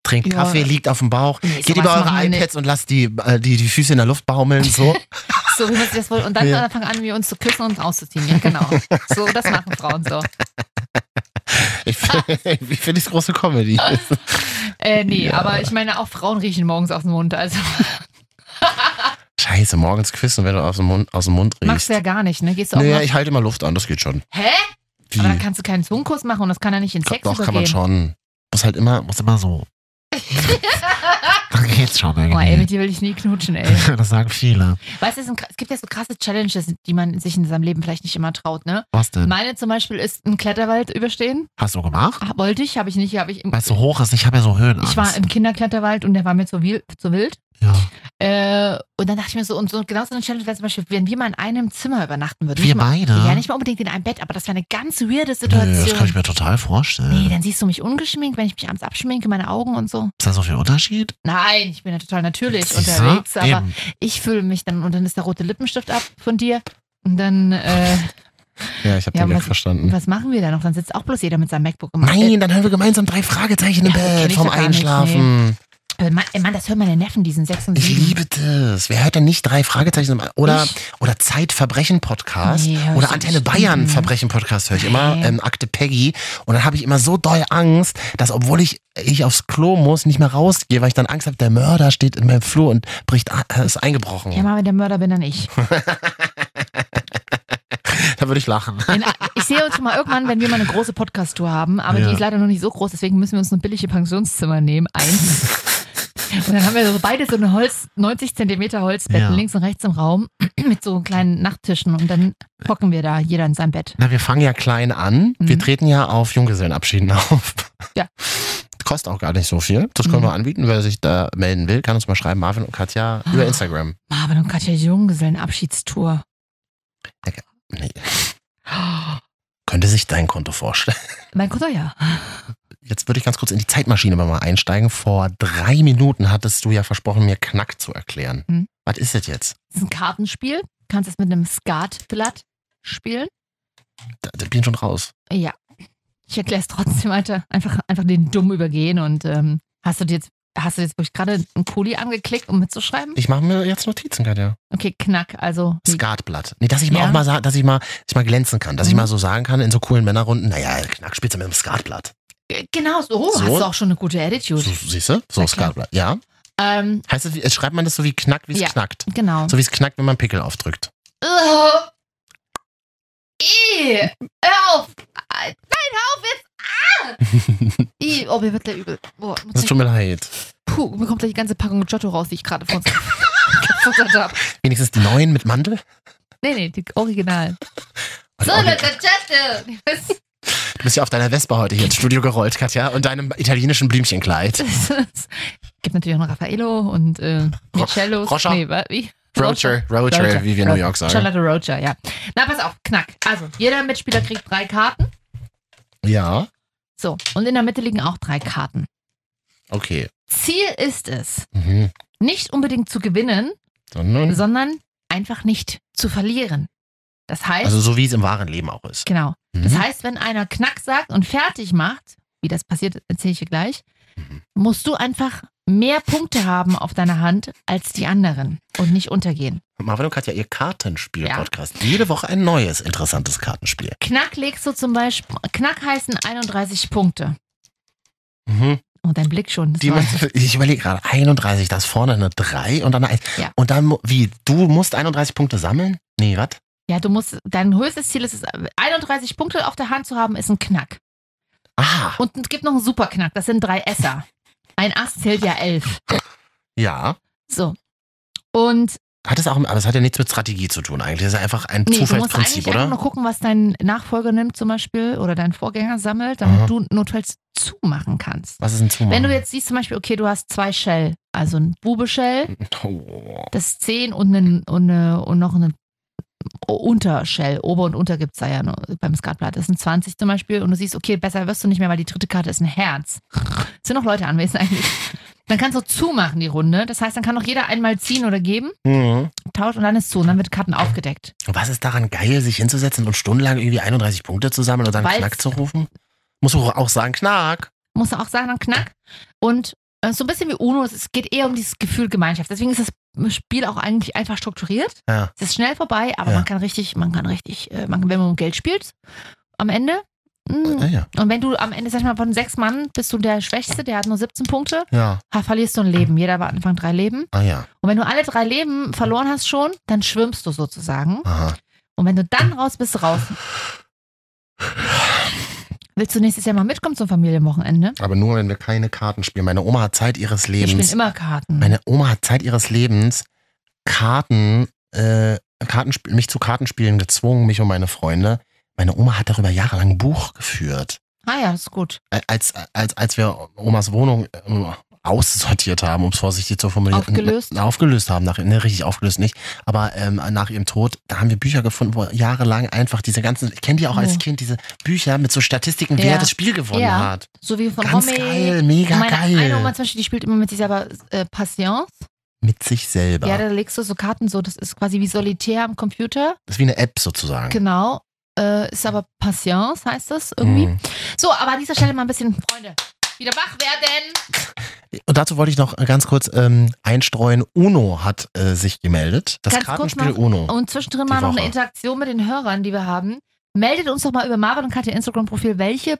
S1: Trinkt
S2: Ja.
S1: Kaffee, liegt auf dem Bauch.
S2: Nee,
S1: Geht
S2: sowas
S1: über eure
S2: machen wir
S1: iPads und lasst die, äh, die, die Füße in der Luft baumeln. So.
S2: nicht. So, wie man sich das wohl. Und dann
S1: Ja.
S2: ja. fangen an, wir uns zu küssen und auszuziehen. Ja, genau. So, das machen Frauen so.
S1: ich finde ich find das große Comedy.
S2: Äh, nee,
S1: Ja.
S2: aber ich meine, auch Frauen riechen morgens aus dem Mund. Also
S1: Scheiße, morgens küssen, wenn du aus dem Mund, aus dem Mund
S2: machst
S1: riechst.
S2: du ja gar nicht, ne? Gehst du auch
S1: Naja,
S2: mal.
S1: ich halte immer Luft an, das geht schon.
S2: Hä?
S1: Wie?
S2: Aber dann kannst du keinen Zungenkuss machen und das kann ja nicht in Sex
S1: Doch, kann man
S2: übergehen.
S1: schon. Muss halt immer, muss immer so. dann geht's schon
S2: Oh, ey,
S1: irgendwie.
S2: mit dir will ich nie knutschen, ey.
S1: das sagen viele.
S2: Weißt du, es sind- es gibt ja so krasse Challenges, die man sich in seinem Leben vielleicht nicht immer traut, ne?
S1: Was denn?
S2: Meine zum Beispiel ist ein Kletterwald überstehen.
S1: Hast du gemacht?
S2: Ah, Wollte ich, habe ich nicht. Hab ich im,
S1: Weil es so hoch ist, ich habe ja so Höhenangst.
S2: ich war im Kinderkletterwald und der war mir zu wild. Zu wild.
S1: ja.
S2: Äh, und dann dachte ich mir so, und so genau so eine Challenge wäre zum Beispiel, wenn wir mal in einem Zimmer übernachten würden.
S1: Wir
S2: Nicht mal,
S1: beide?
S2: Ja, nicht mal unbedingt in einem Bett, aber das wäre eine ganz weirde
S1: Nö, das kann ich
S2: Situation.
S1: mir total vorstellen.
S2: Nee, dann siehst du mich ungeschminkt, wenn ich mich abends abschminke, meine Augen und so.
S1: Ist da so viel Unterschied?
S2: Nein, ich bin ja total natürlich
S1: Siehste?
S2: unterwegs, aber
S1: Eben.
S2: ich fühle mich dann und dann ist der rote Lippenstift ab von dir. Und dann, äh,
S1: Ja, ich habe
S2: Ja,
S1: den Gag
S2: was-
S1: verstanden.
S2: Was machen wir da noch? Dann sitzt auch bloß jeder mit seinem MacBook im
S1: Nein, dann hören wir gemeinsam drei Fragezeichen im
S2: Ja, kenn
S1: Bett
S2: ich
S1: vom
S2: doch gar nicht,
S1: Einschlafen.
S2: Äh, Mann, ey, Mann, das hören meine Neffen, die sind sechs und
S1: Ich
S2: sieben.
S1: liebe das. Wer hört denn nicht drei Fragezeichen im- oder
S2: Mhm. Ich?
S1: oder Zeitverbrechen Podcast
S2: Nee, hör ich
S1: oder
S2: nicht.
S1: Antenne Bayern
S2: Mhm.
S1: Verbrechen Podcast höre ich immer
S2: Nee.
S1: ähm, Akte Peggy und dann habe ich immer so doll Angst, dass obwohl ich ich aufs Klo muss, nicht mehr rausgehe, weil ich dann Angst habe, der Mörder steht in meinem Flur und bricht a- äh, ist eingebrochen.
S2: Ja, mal, wenn der Mörder bin, dann ich.
S1: Da würde ich lachen.
S2: Wenn, ich sehe uns schon mal irgendwann, wenn wir mal eine große Podcast-Tour haben, aber
S1: Ja.
S2: die ist leider noch nicht so groß, deswegen müssen wir uns ein billige Pensionszimmer nehmen, eins. Und dann haben wir so beide so ein Holz, 90 Zentimeter Holzbetten
S1: Ja.
S2: links und rechts im Raum mit so kleinen Nachttischen und dann hocken wir da, jeder in seinem Bett.
S1: Na, wir fangen ja klein an. Wir
S2: Mhm.
S1: treten ja auf Junggesellenabschieden auf.
S2: Ja.
S1: Kostet auch gar nicht so viel. Das können
S2: Mhm.
S1: wir anbieten. Wer sich da melden will, kann uns mal schreiben. Marvin und Katja
S2: Ah.
S1: über Instagram.
S2: Marvin und Katja Junggesellenabschiedstour.
S1: Nee. Könnte sich dein Konto vorstellen.
S2: Mein Gott, oh ja.
S1: Jetzt würde ich ganz kurz in die Zeitmaschine aber mal einsteigen. Vor drei Minuten hattest du ja versprochen, mir Knack zu erklären.
S2: Hm.
S1: Was ist das jetzt?
S2: Das ist ein Kartenspiel. Du kannst es mit einem Skatblatt spielen.
S1: Da, da bin ich schon raus.
S2: Ja. Ich erkläre es trotzdem, Alter. Einfach, einfach den dumm übergehen und ähm, hast du dir jetzt, hast du jetzt wirklich gerade einen Kuli angeklickt, um mitzuschreiben?
S1: Ich mache mir jetzt Notizen, Katja.
S2: Okay, knack, also. wie-
S1: Skatblatt. Nee, dass ich mal
S2: Ja.
S1: auch mal sa- dass ich mal, dass ich mal glänzen kann, dass ich
S2: Mhm.
S1: mal so sagen kann in so coolen Männerrunden, naja, Knack spielst du mit einem Skatblatt.
S2: Äh, Genau, so, oh,
S1: So?
S2: hast du auch schon eine gute Attitude.
S1: So, siehst du? So
S2: Na klar.
S1: Skatblatt. Ja.
S2: Ähm,
S1: Heißt das, wie- schreibt man das so wie Knack, wie es
S2: Ja.
S1: knackt?
S2: genau.
S1: So wie es knackt, wenn man Pickel aufdrückt.
S2: Ugh. Ih, hör auf! Nein, hör auf jetzt! Ah! Ih, oh, mir wird gleich übel. Boah, muss
S1: Das
S2: gleich-
S1: tut mir leid.
S2: Puh, mir kommt gleich die ganze Packung Giotto raus, die ich gerade vor uns gefuttert habe.
S1: Wenigstens die neuen mit Mandel.
S2: Nee, nee, die Original.
S1: Und
S2: So,
S1: auch
S2: Leute, Giotto!
S1: Du bist ja auf deiner Wespe heute hier ins Studio gerollt, Katja, und deinem italienischen Blümchenkleid.
S2: Es gibt natürlich auch noch Raffaello und äh, Michello.
S1: Rocha.
S2: Nee, wa- wie?
S1: Roger, Roger,
S2: Roger.
S1: wie wir in New York sagen.
S2: Charlotte Roger, ja. Na, pass auf, knack. Also, jeder Mitspieler kriegt drei Karten.
S1: Ja,
S2: So, und in der Mitte liegen auch drei Karten.
S1: okay.
S2: Ziel ist es,
S1: Mhm.
S2: nicht unbedingt zu gewinnen,
S1: Sondern,
S2: sondern einfach nicht zu verlieren. Das heißt,
S1: also so wie es im wahren Leben auch ist.
S2: genau. Das
S1: Mhm.
S2: heißt, wenn einer Knack sagt und fertig macht, wie das passiert, erzähle ich dir gleich,
S1: Mhm.
S2: musst du einfach mehr Punkte haben auf deiner Hand als die anderen und nicht untergehen.
S1: Marvin und Katja, ihr Kartenspiel-Podcast. Jede Woche ein neues interessantes Kartenspiel.
S2: Knack legst du zum Beispiel, Knack heißen 31 Punkte.
S1: Mhm.
S2: Oh, dein Blick schon. Das
S1: Die
S2: war,
S1: man, ich überlege gerade, 31, da ist vorne eine 3 und dann eine 1.
S2: Ja.
S1: Und dann, mu- wie, du musst 31 Punkte sammeln? Nee, was?
S2: ja, du musst, dein höchstes Ziel ist es, 31 Punkte auf der Hand zu haben, ist ein Knack.
S1: Ah,
S2: Und es gibt noch einen Superknack, das sind drei Esser. Ein Ass zählt ja elf.
S1: ja.
S2: So. Und
S1: Hat es auch, aber es hat ja nichts mit Strategie zu tun eigentlich. Das ist einfach ein
S2: nee, du musst
S1: Zufallsprinzip,
S2: eigentlich einfach
S1: oder?
S2: nur gucken, was dein Nachfolger nimmt zum Beispiel oder dein Vorgänger sammelt, damit
S1: Aha.
S2: du notfalls zumachen kannst.
S1: Was ist ein Zumachen?
S2: Wenn du jetzt siehst zum Beispiel, okay, du hast zwei Shell, also ein Bube-Shell,
S1: Oh.
S2: das 10 und, einen, und, eine, und noch eine Untershell, Ober- und Unter gibt's da ja nur beim Skatblatt. Das sind 20 zum Beispiel und du siehst, okay, besser wirst du nicht mehr, weil die dritte Karte ist ein Herz. Sind noch Leute anwesend eigentlich? Dann kannst du zumachen die Runde. Das heißt, dann kann noch jeder einmal ziehen oder geben,
S1: Mhm.
S2: tauscht und dann ist zu und dann wird Karten aufgedeckt.
S1: Und Was ist daran geil, sich hinzusetzen und stundenlang irgendwie 31 Punkte zu sammeln und dann
S2: Weil's-
S1: Knack zu rufen? Muss du auch sagen, Knack.
S2: Muss auch sagen, dann knack. Und äh, so ein bisschen wie UNO, es geht eher um dieses Gefühl Gemeinschaft. Deswegen ist das Spiel auch eigentlich einfach strukturiert.
S1: Ja.
S2: Es ist schnell vorbei, aber
S1: Ja.
S2: man kann richtig, man kann richtig, äh, man, wenn man um Geld spielt, am Ende. mh,
S1: Ja, Ah ja.
S2: Und wenn du am Ende, sag ich mal, von sechs Mann bist du der Schwächste, der hat nur 17 Punkte,
S1: Ja.
S2: ha, verlierst du ein Leben. Jeder war am Anfang drei Leben.
S1: Ah ja.
S2: Und wenn du alle drei Leben verloren hast schon, dann schwimmst du sozusagen.
S1: Aha.
S2: Und wenn du dann raus bist, raus. Willst du nächstes Jahr mal mitkommen zum Familienwochenende?
S1: Aber nur, wenn wir keine Karten spielen. Meine Oma hat Zeit ihres
S2: Wir spielen
S1: Lebens.
S2: immer Karten.
S1: Meine Oma hat Zeit ihres Lebens Karten, äh, Kartenspiel, mich zu Kartenspielen gezwungen, mich und meine Freunde. Meine Oma hat darüber jahrelang ein Buch geführt.
S2: ah ja, ist gut.
S1: Ä- Als, als, als wir Omas Wohnung ähm, aussortiert haben, um es vorsichtig zu formulieren.
S2: Aufgelöst?
S1: Aufgelöst haben, nach, ne, richtig aufgelöst nicht. Aber ähm, nach ihrem Tod, da haben wir Bücher gefunden, wo jahrelang einfach diese ganzen, ich kenne die auch als
S2: Oh.
S1: Kind, diese Bücher mit so Statistiken, wer
S2: Ja.
S1: das Spiel gewonnen
S2: Ja.
S1: hat.
S2: So wie von
S1: Ganz
S2: Romy.
S1: geil, mega
S2: meine eine Oma
S1: geil.
S2: zum Beispiel, die spielt immer mit sich selber äh, Patience.
S1: Mit sich selber.
S2: Ja, da legst du so Karten so, das ist quasi wie Solitär am Computer.
S1: das ist wie eine App sozusagen.
S2: Genau. äh, ist aber Patience, heißt das irgendwie.
S1: Mhm.
S2: So, aber an dieser Stelle mal ein bisschen, Freunde, wieder wach werden.
S1: Und dazu wollte ich noch ganz kurz ähm, einstreuen. Uno hat äh, sich gemeldet. Das
S2: Ganz kurz
S1: Kartenspiel
S2: noch-
S1: Uno.
S2: Und zwischendrin
S1: Die
S2: mal noch
S1: Woche.
S2: eine Interaktion mit den Hörern, die wir haben. Meldet uns doch mal über Marvin und Katja Instagram-Profil, welche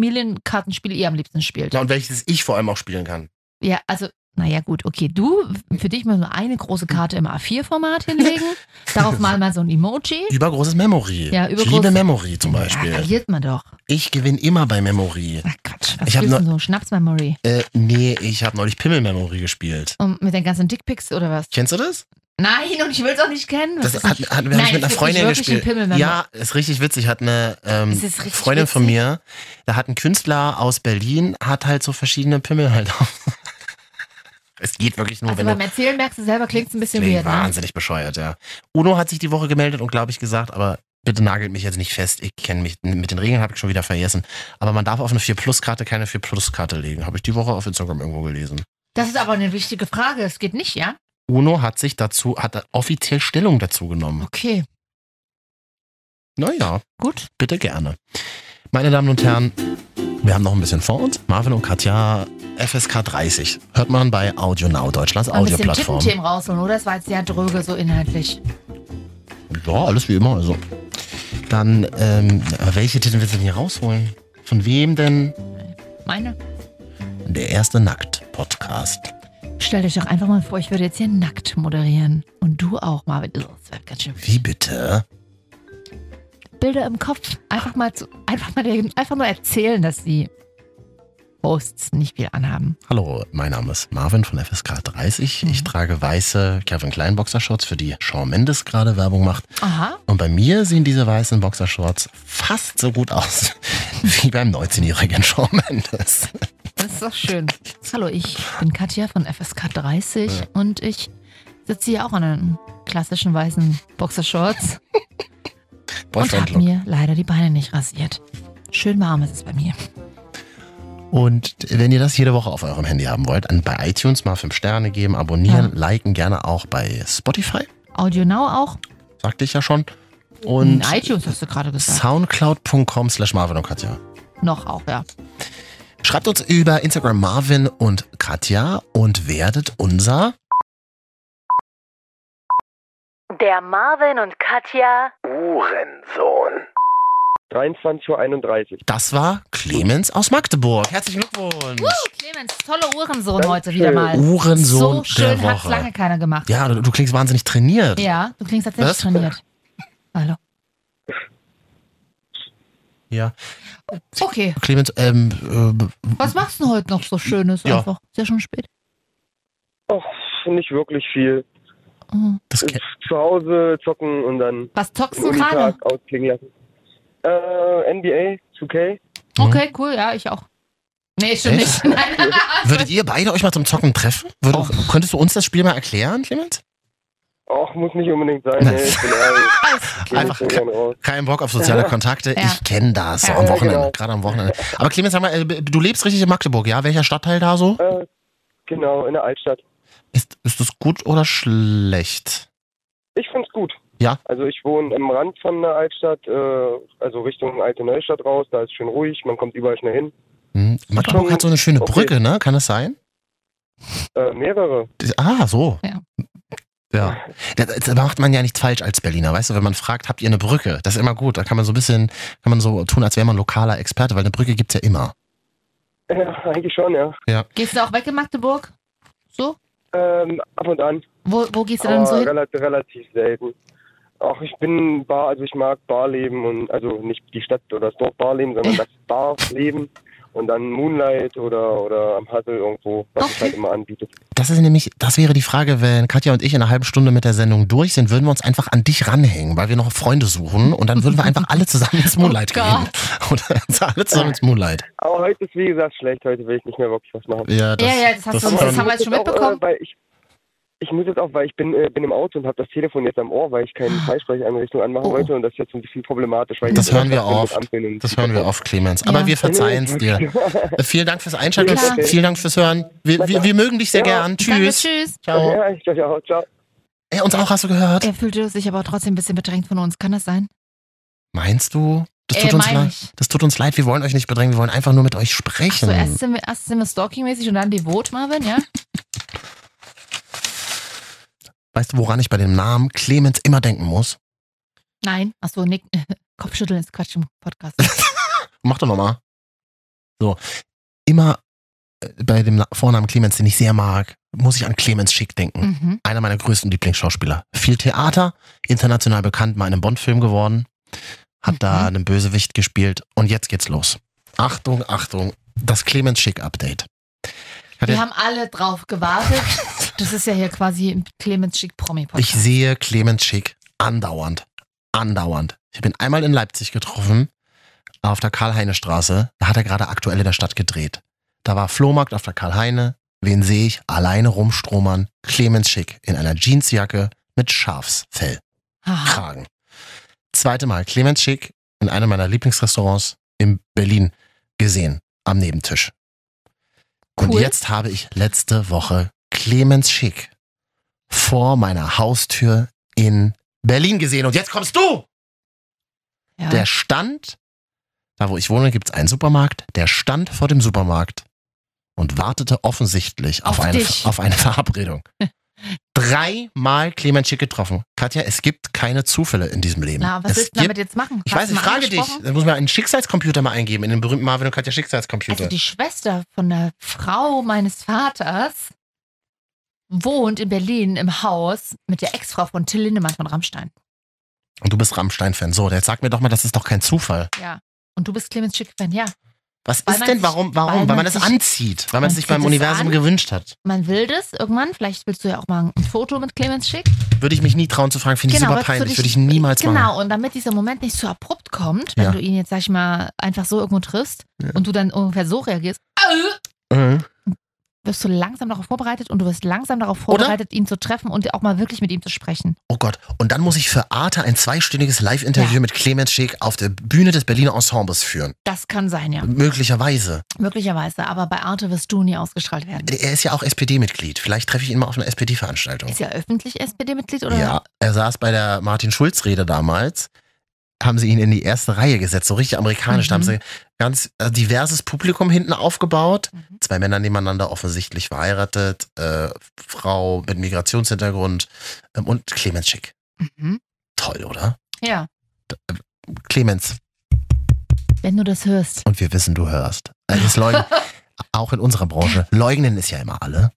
S2: Party-Familienkartenspiele ihr am liebsten spielt.
S1: Ja, und welches ich vor allem auch spielen kann.
S2: Ja, also, naja, gut, okay. Du, für dich müssen wir eine große Karte im A4-Format hinlegen. Darauf mal mal so ein Emoji.
S1: Übergroßes Memory.
S2: Ja,
S1: ich
S2: übergroß-
S1: liebe Memory zum
S2: Ja, also-
S1: Beispiel.
S2: verliert man doch.
S1: Ich gewinne immer bei Memory.
S2: Ach Quatsch, was
S1: Ich hab
S2: spielst du denn so? Schnaps-Memory.
S1: Äh, nee, ich habe neulich Pimmel Memory gespielt.
S2: Und Um, mit den ganzen Dickpics oder was?
S1: Kennst du das?
S2: Nein, und ich will es auch nicht kennen. Was
S1: Das
S2: ist
S1: hat,
S2: nicht-
S1: hat, wir haben
S2: Nein,
S1: ich mit einer
S2: es gibt nicht
S1: Freundin
S2: wirklich
S1: gespielt.
S2: einen Pimmel, wenn
S1: ja, ist richtig witzig. Hat eine ähm,
S2: Es ist richtig
S1: Freundin von
S2: witzig.
S1: mir, da hat ein Künstler aus Berlin, hat halt so verschiedene Pimmel halt auf. es geht wirklich nur,
S2: Also
S1: wenn du
S2: beim Erzählen merkst du selber, klingt es ein bisschen
S1: Klingt
S2: weird. Ne?
S1: wahnsinnig bescheuert, ja. Uno hat sich die Woche gemeldet und glaube ich gesagt, aber bitte nagelt mich jetzt nicht fest. Ich kenne mich mit den Regeln, habe ich schon wieder vergessen. Aber man darf auf eine 4-Plus-Karte keine 4-Plus-Karte legen. Habe ich die Woche auf Instagram irgendwo gelesen.
S2: Das ist aber eine wichtige Frage. Es geht nicht, ja?
S1: Uno hat sich dazu, hat offiziell Stellung dazu genommen.
S2: Okay,
S1: Naja,
S2: gut.
S1: bitte gerne. Meine Damen und Herren, wir haben noch ein bisschen vor uns. Marvin und Katja, FSK 30. Hört man bei Audio Now, Deutschlands
S2: Mal ein bisschen
S1: Audioplattform.
S2: Tippenthemen rausholen, oder? Das war jetzt sehr dröge, so inhaltlich.
S1: Ja, alles wie immer. Also. Dann, ähm, aber welche Titel willst du denn hier rausholen? Von wem denn?
S2: Meine?
S1: Der erste Nackt-Podcast.
S2: Stell dich doch einfach mal vor, ich würde jetzt hier nackt moderieren. Und du auch, Marvin. Oh, Das wäre ganz schön.
S1: Wie bitte?
S2: Bilder im Kopf. Einfach mal, zu, einfach mal, einfach nur erzählen, dass die Hosts nicht viel anhaben.
S1: Hallo, mein Name ist Marvin von FSK 30. Ich trage weiße Kevin Klein Boxershorts, für die Shawn Mendes gerade Werbung macht.
S2: Aha.
S1: Und bei mir sehen diese weißen Boxershorts fast so gut aus wie beim 19-jährigen Shawn Mendes.
S2: Das ist doch schön. Hallo, ich bin Katja von FSK 30 und ich sitze hier auch an einem klassischen weißen Boxershorts und habe
S1: Boyfriend-Look.
S2: mir leider die Beine nicht rasiert. Schön warm ist es bei mir.
S1: Und wenn ihr das jede Woche auf eurem Handy haben wollt, an, bei iTunes mal 5 Sterne geben, abonnieren, liken, gerne auch bei Spotify,
S2: Audio Now auch.
S1: sagte ich ja schon.
S2: In
S1: Und
S2: iTunes hast du gerade gesagt.
S1: soundcloud.com slash Marvin und Katja.
S2: Noch auch, ja.
S1: Schreibt uns über Instagram Marvin und Katja und werdet unser
S3: Der Marvin und Katja.
S7: Uhrensohn.
S5: 23.31 Uhr.
S1: Das war Clemens aus Magdeburg. Herzlichen Glückwunsch.
S2: Clemens, tolle Uhrensohn heute wieder mal.
S1: Uhrensohn
S2: so schön
S1: der
S2: hat es
S1: Woche.
S2: lange keiner gemacht.
S1: Ja, du, du klingst wahnsinnig trainiert.
S2: Ja, du klingst tatsächlich
S1: Was?
S2: trainiert. Hallo.
S1: Ja.
S2: Okay,
S1: Clemens, ähm, äh,
S2: was machst du denn heute noch so Schönes?
S1: Ja.
S2: Einfach. Ist ja schon spät.
S7: Och, nicht wirklich viel.
S2: Mhm.
S1: das ke-
S7: Zu Hause zocken und dann
S2: Was zockst
S7: den
S2: du gerade?
S7: Unitag ausklingen lassen. Äh, NBA, 2K.
S1: Mhm.
S2: Okay, cool, ja, ich auch. Nee, stimmt
S1: Echt?
S2: nicht. Nein.
S1: würdet ihr beide euch mal zum Zocken treffen? Würd,
S2: Oh.
S1: Könntest du uns das Spiel mal erklären, Clemens?
S7: Och, muss nicht unbedingt sein,
S1: Nein.
S7: ey. Ich bin ehrlich. Geh
S1: Einfach
S7: nicht so gern raus.
S1: Kein Bock auf soziale Kontakte.
S2: Ja.
S1: Ich kenne das. So
S2: Ja.
S1: am
S7: Ja,
S1: Wochenende,
S7: genau.
S1: gerade am Wochenende. Aber Clemens, sag mal, äh, du lebst richtig in Magdeburg, ja? Welcher Stadtteil da so?
S7: Äh, genau, in der Altstadt.
S1: Ist, ist das gut oder schlecht?
S7: Ich find's gut.
S1: Ja.
S7: Also ich wohne am Rand von der Altstadt, äh, also Richtung Alte Neustadt raus. Da ist schön ruhig, man kommt überall schnell hin.
S1: Hm. Magdeburg
S7: Schon-
S1: hat so eine schöne
S7: okay.
S1: Brücke, ne? Kann das sein?
S7: Äh, mehrere.
S1: Das- Ah, so.
S2: Ja.
S1: Ja. Da, da macht man ja nichts falsch als Berliner, weißt du? Wenn man fragt, habt ihr eine Brücke? Das ist immer gut. Da kann man so ein bisschen, kann man so tun, als wäre man lokaler Experte, weil eine Brücke gibt's ja immer.
S7: Ja, eigentlich schon, ja.
S2: Gehst du auch weg in Magdeburg? So?
S7: Ähm, ab und an.
S2: Wo, wo gehst du denn
S7: Aber
S2: so hin?
S7: Ah, Oh, relativ, relativ selten. Auch ich bin Bar, also ich mag Barleben und also nicht die Stadt oder das Dorf Barleben, sondern das Barleben und dann Moonlight oder oder am Hassel irgendwo, was sich
S2: Okay.
S7: halt immer anbietet.
S1: Das ist nämlich, das wäre die Frage, wenn Katja und ich in einer halben Stunde mit der Sendung durch sind, würden wir uns einfach an dich ranhängen, weil wir noch Freunde suchen und dann würden wir einfach alle zusammen
S2: Oh
S1: ins Moonlight gehen. Oder alle zusammen ins Moonlight.
S7: Aber heute ist wie gesagt schlecht, heute will ich nicht mehr wirklich was machen.
S1: Ja, das,
S2: Ja, ja, das hast du-
S1: ist
S2: das
S1: dann-
S2: haben wir jetzt schon
S7: Auch,
S2: mitbekommen.
S7: äh, weil ich, ich muss jetzt auch, weil ich bin, äh, bin im Auto und habe das Telefon jetzt am Ohr, weil ich keine Freisprecheinrichtung anmachen
S2: Ah. Oh.
S7: wollte und das ist jetzt ein bisschen problematisch. Weil ich
S1: Das
S7: in der
S1: hören wir
S7: Stadt bin mit
S1: oft.
S7: Ampeln und-
S1: Das hören wir oft, Clemens. Aber
S2: Ja.
S1: wir verzeihen es dir. Äh, Vielen Dank fürs Einschalten.
S2: Klar.
S1: und Vielen Dank fürs Hören. Wir, wir, wir mögen dich sehr gern.
S2: Danke,
S1: Tschüss.
S2: tschüss.
S1: Ciao.
S7: Ja, ich sag ja auch, ciao.
S1: Ey, uns auch hast du gehört.
S2: Er fühlte sich aber trotzdem ein bisschen bedrängt von uns. Kann das sein?
S1: Meinst du? Das
S2: Äh,
S1: tut, uns
S2: mein
S1: leid.
S2: ich.
S1: das tut uns leid, wir wollen euch nicht bedrängen, wir wollen einfach nur mit euch sprechen.
S2: So, erst sind wir, erst sind wir stalking-mäßig und dann devot, Marvin, ja?
S1: weißt du, woran ich bei dem Namen Clemens immer denken muss?
S2: Nein. Achso, Nick, Kopfschütteln ist Quatsch im Podcast.
S1: Mach doch nochmal. So, immer äh, bei dem Na- Vornamen Clemens, den ich sehr mag, muss ich an Clemens Schick denken.
S2: mhm.
S1: Einer meiner größten Lieblingsschauspieler. Viel Theater, international bekannt, mal in einem Bond-Film geworden, hat da
S2: Mhm.
S1: einen Bösewicht gespielt und jetzt geht's los. Achtung, Achtung, das Clemens Schick-Update. Ich hatte-
S2: Wir haben alle drauf gewartet. Das ist ja hier quasi ein Clemens Schick
S1: Ich
S2: Promi-Podcast.
S1: sehe Clemens Schick andauernd. Andauernd. Ich habe ihn einmal in Leipzig getroffen, auf der Karl-Heine-Straße. Da hat er gerade aktuell in der Stadt gedreht. Da war Flohmarkt auf der Karl-Heine. Wen sehe ich? Alleine rumstromern. Clemens Schick in einer Jeansjacke mit Schafsfell.
S2: Haha.
S1: Kragen. Zweite Mal Clemens Schick in einem meiner Lieblingsrestaurants in Berlin gesehen, am Nebentisch. Und
S2: Cool.
S1: jetzt habe ich letzte Woche Clemens Schick vor meiner Haustür in Berlin gesehen. Und jetzt kommst du!
S2: Ja.
S1: Der stand, da wo ich wohne, gibt es einen Supermarkt, der stand vor dem Supermarkt und wartete offensichtlich auf,
S2: Auf
S1: eine,
S2: dich.
S1: auf eine Verabredung. Dreimal Clemens Schick getroffen. Katja, es gibt keine Zufälle in diesem Leben.
S2: Na, was
S1: es
S2: willst du damit jetzt machen?
S1: ich
S2: Hast
S1: weiß,
S2: du
S1: ich
S2: mal
S1: frage dich.
S2: angesprochen?
S1: Da muss man einen Schicksalscomputer mal eingeben, in den berühmten Marvin und Katja Schicksalscomputer.
S2: Also die Schwester von der Frau meines Vaters wohnt in Berlin im Haus mit der Ex-Frau von Till Lindemann von Rammstein.
S1: und du bist Rammstein-Fan. So, jetzt sag mir doch mal, das ist doch kein Zufall.
S2: Ja. Und du bist Clemens Schick-Fan, ja.
S1: Was
S2: Weil
S1: ist
S2: man
S1: denn,
S2: sich-
S1: warum? Warum? Weil,
S2: weil
S1: man,
S2: man
S1: es
S2: sich-
S1: anzieht. Weil man es
S2: man
S1: sich beim
S2: zieht es
S1: Universum
S2: an.
S1: gewünscht hat.
S2: Man will das irgendwann. Vielleicht willst du ja auch mal ein Foto mit Clemens Schick.
S1: Würde ich mich nie trauen zu fragen, finde ich super
S2: wolltest Genau, du
S1: peinlich.
S2: dich-
S1: Würde ich niemals
S2: genau,
S1: machen.
S2: und damit dieser Moment nicht zu abrupt kommt, wenn
S1: Ja.
S2: du ihn jetzt, sag ich mal, einfach so irgendwo triffst
S1: Ja.
S2: und du dann ungefähr so reagierst,
S1: Genau.
S2: wirst du langsam darauf vorbereitet und du wirst langsam darauf vorbereitet, ihn zu treffen und auch mal wirklich mit ihm zu sprechen.
S1: Oh Gott. Und dann muss ich für Arte ein zweistündiges Live-Interview
S2: Ja.
S1: mit Clemens Schick auf der Bühne des Berliner Ensembles führen.
S2: Das kann sein, ja.
S1: Möglicherweise.
S2: Möglicherweise, aber bei Arte wirst du nie ausgestrahlt werden.
S1: Er ist ja auch SPD-Mitglied. Vielleicht treffe ich ihn mal auf einer SPD-Veranstaltung.
S2: Ist ja öffentlich SPD-Mitglied oder?
S1: Ja, er saß bei der Martin-Schulz-Rede damals. Haben sie ihn in die erste Reihe gesetzt, so richtig amerikanisch. Da haben
S2: Mhm.
S1: sie ganz äh, diverses Publikum hinten aufgebaut.
S2: Mhm.
S1: Zwei Männer nebeneinander, offensichtlich verheiratet, äh, Frau mit Migrationshintergrund ähm, und Clemens Schick.
S2: Mhm.
S1: Toll, oder?
S2: Ja,
S1: Clemens,
S2: wenn du das hörst.
S1: und wir wissen, du hörst. Also das Leugnen, auch in unserer Branche. Leugnen ist ja immer alle.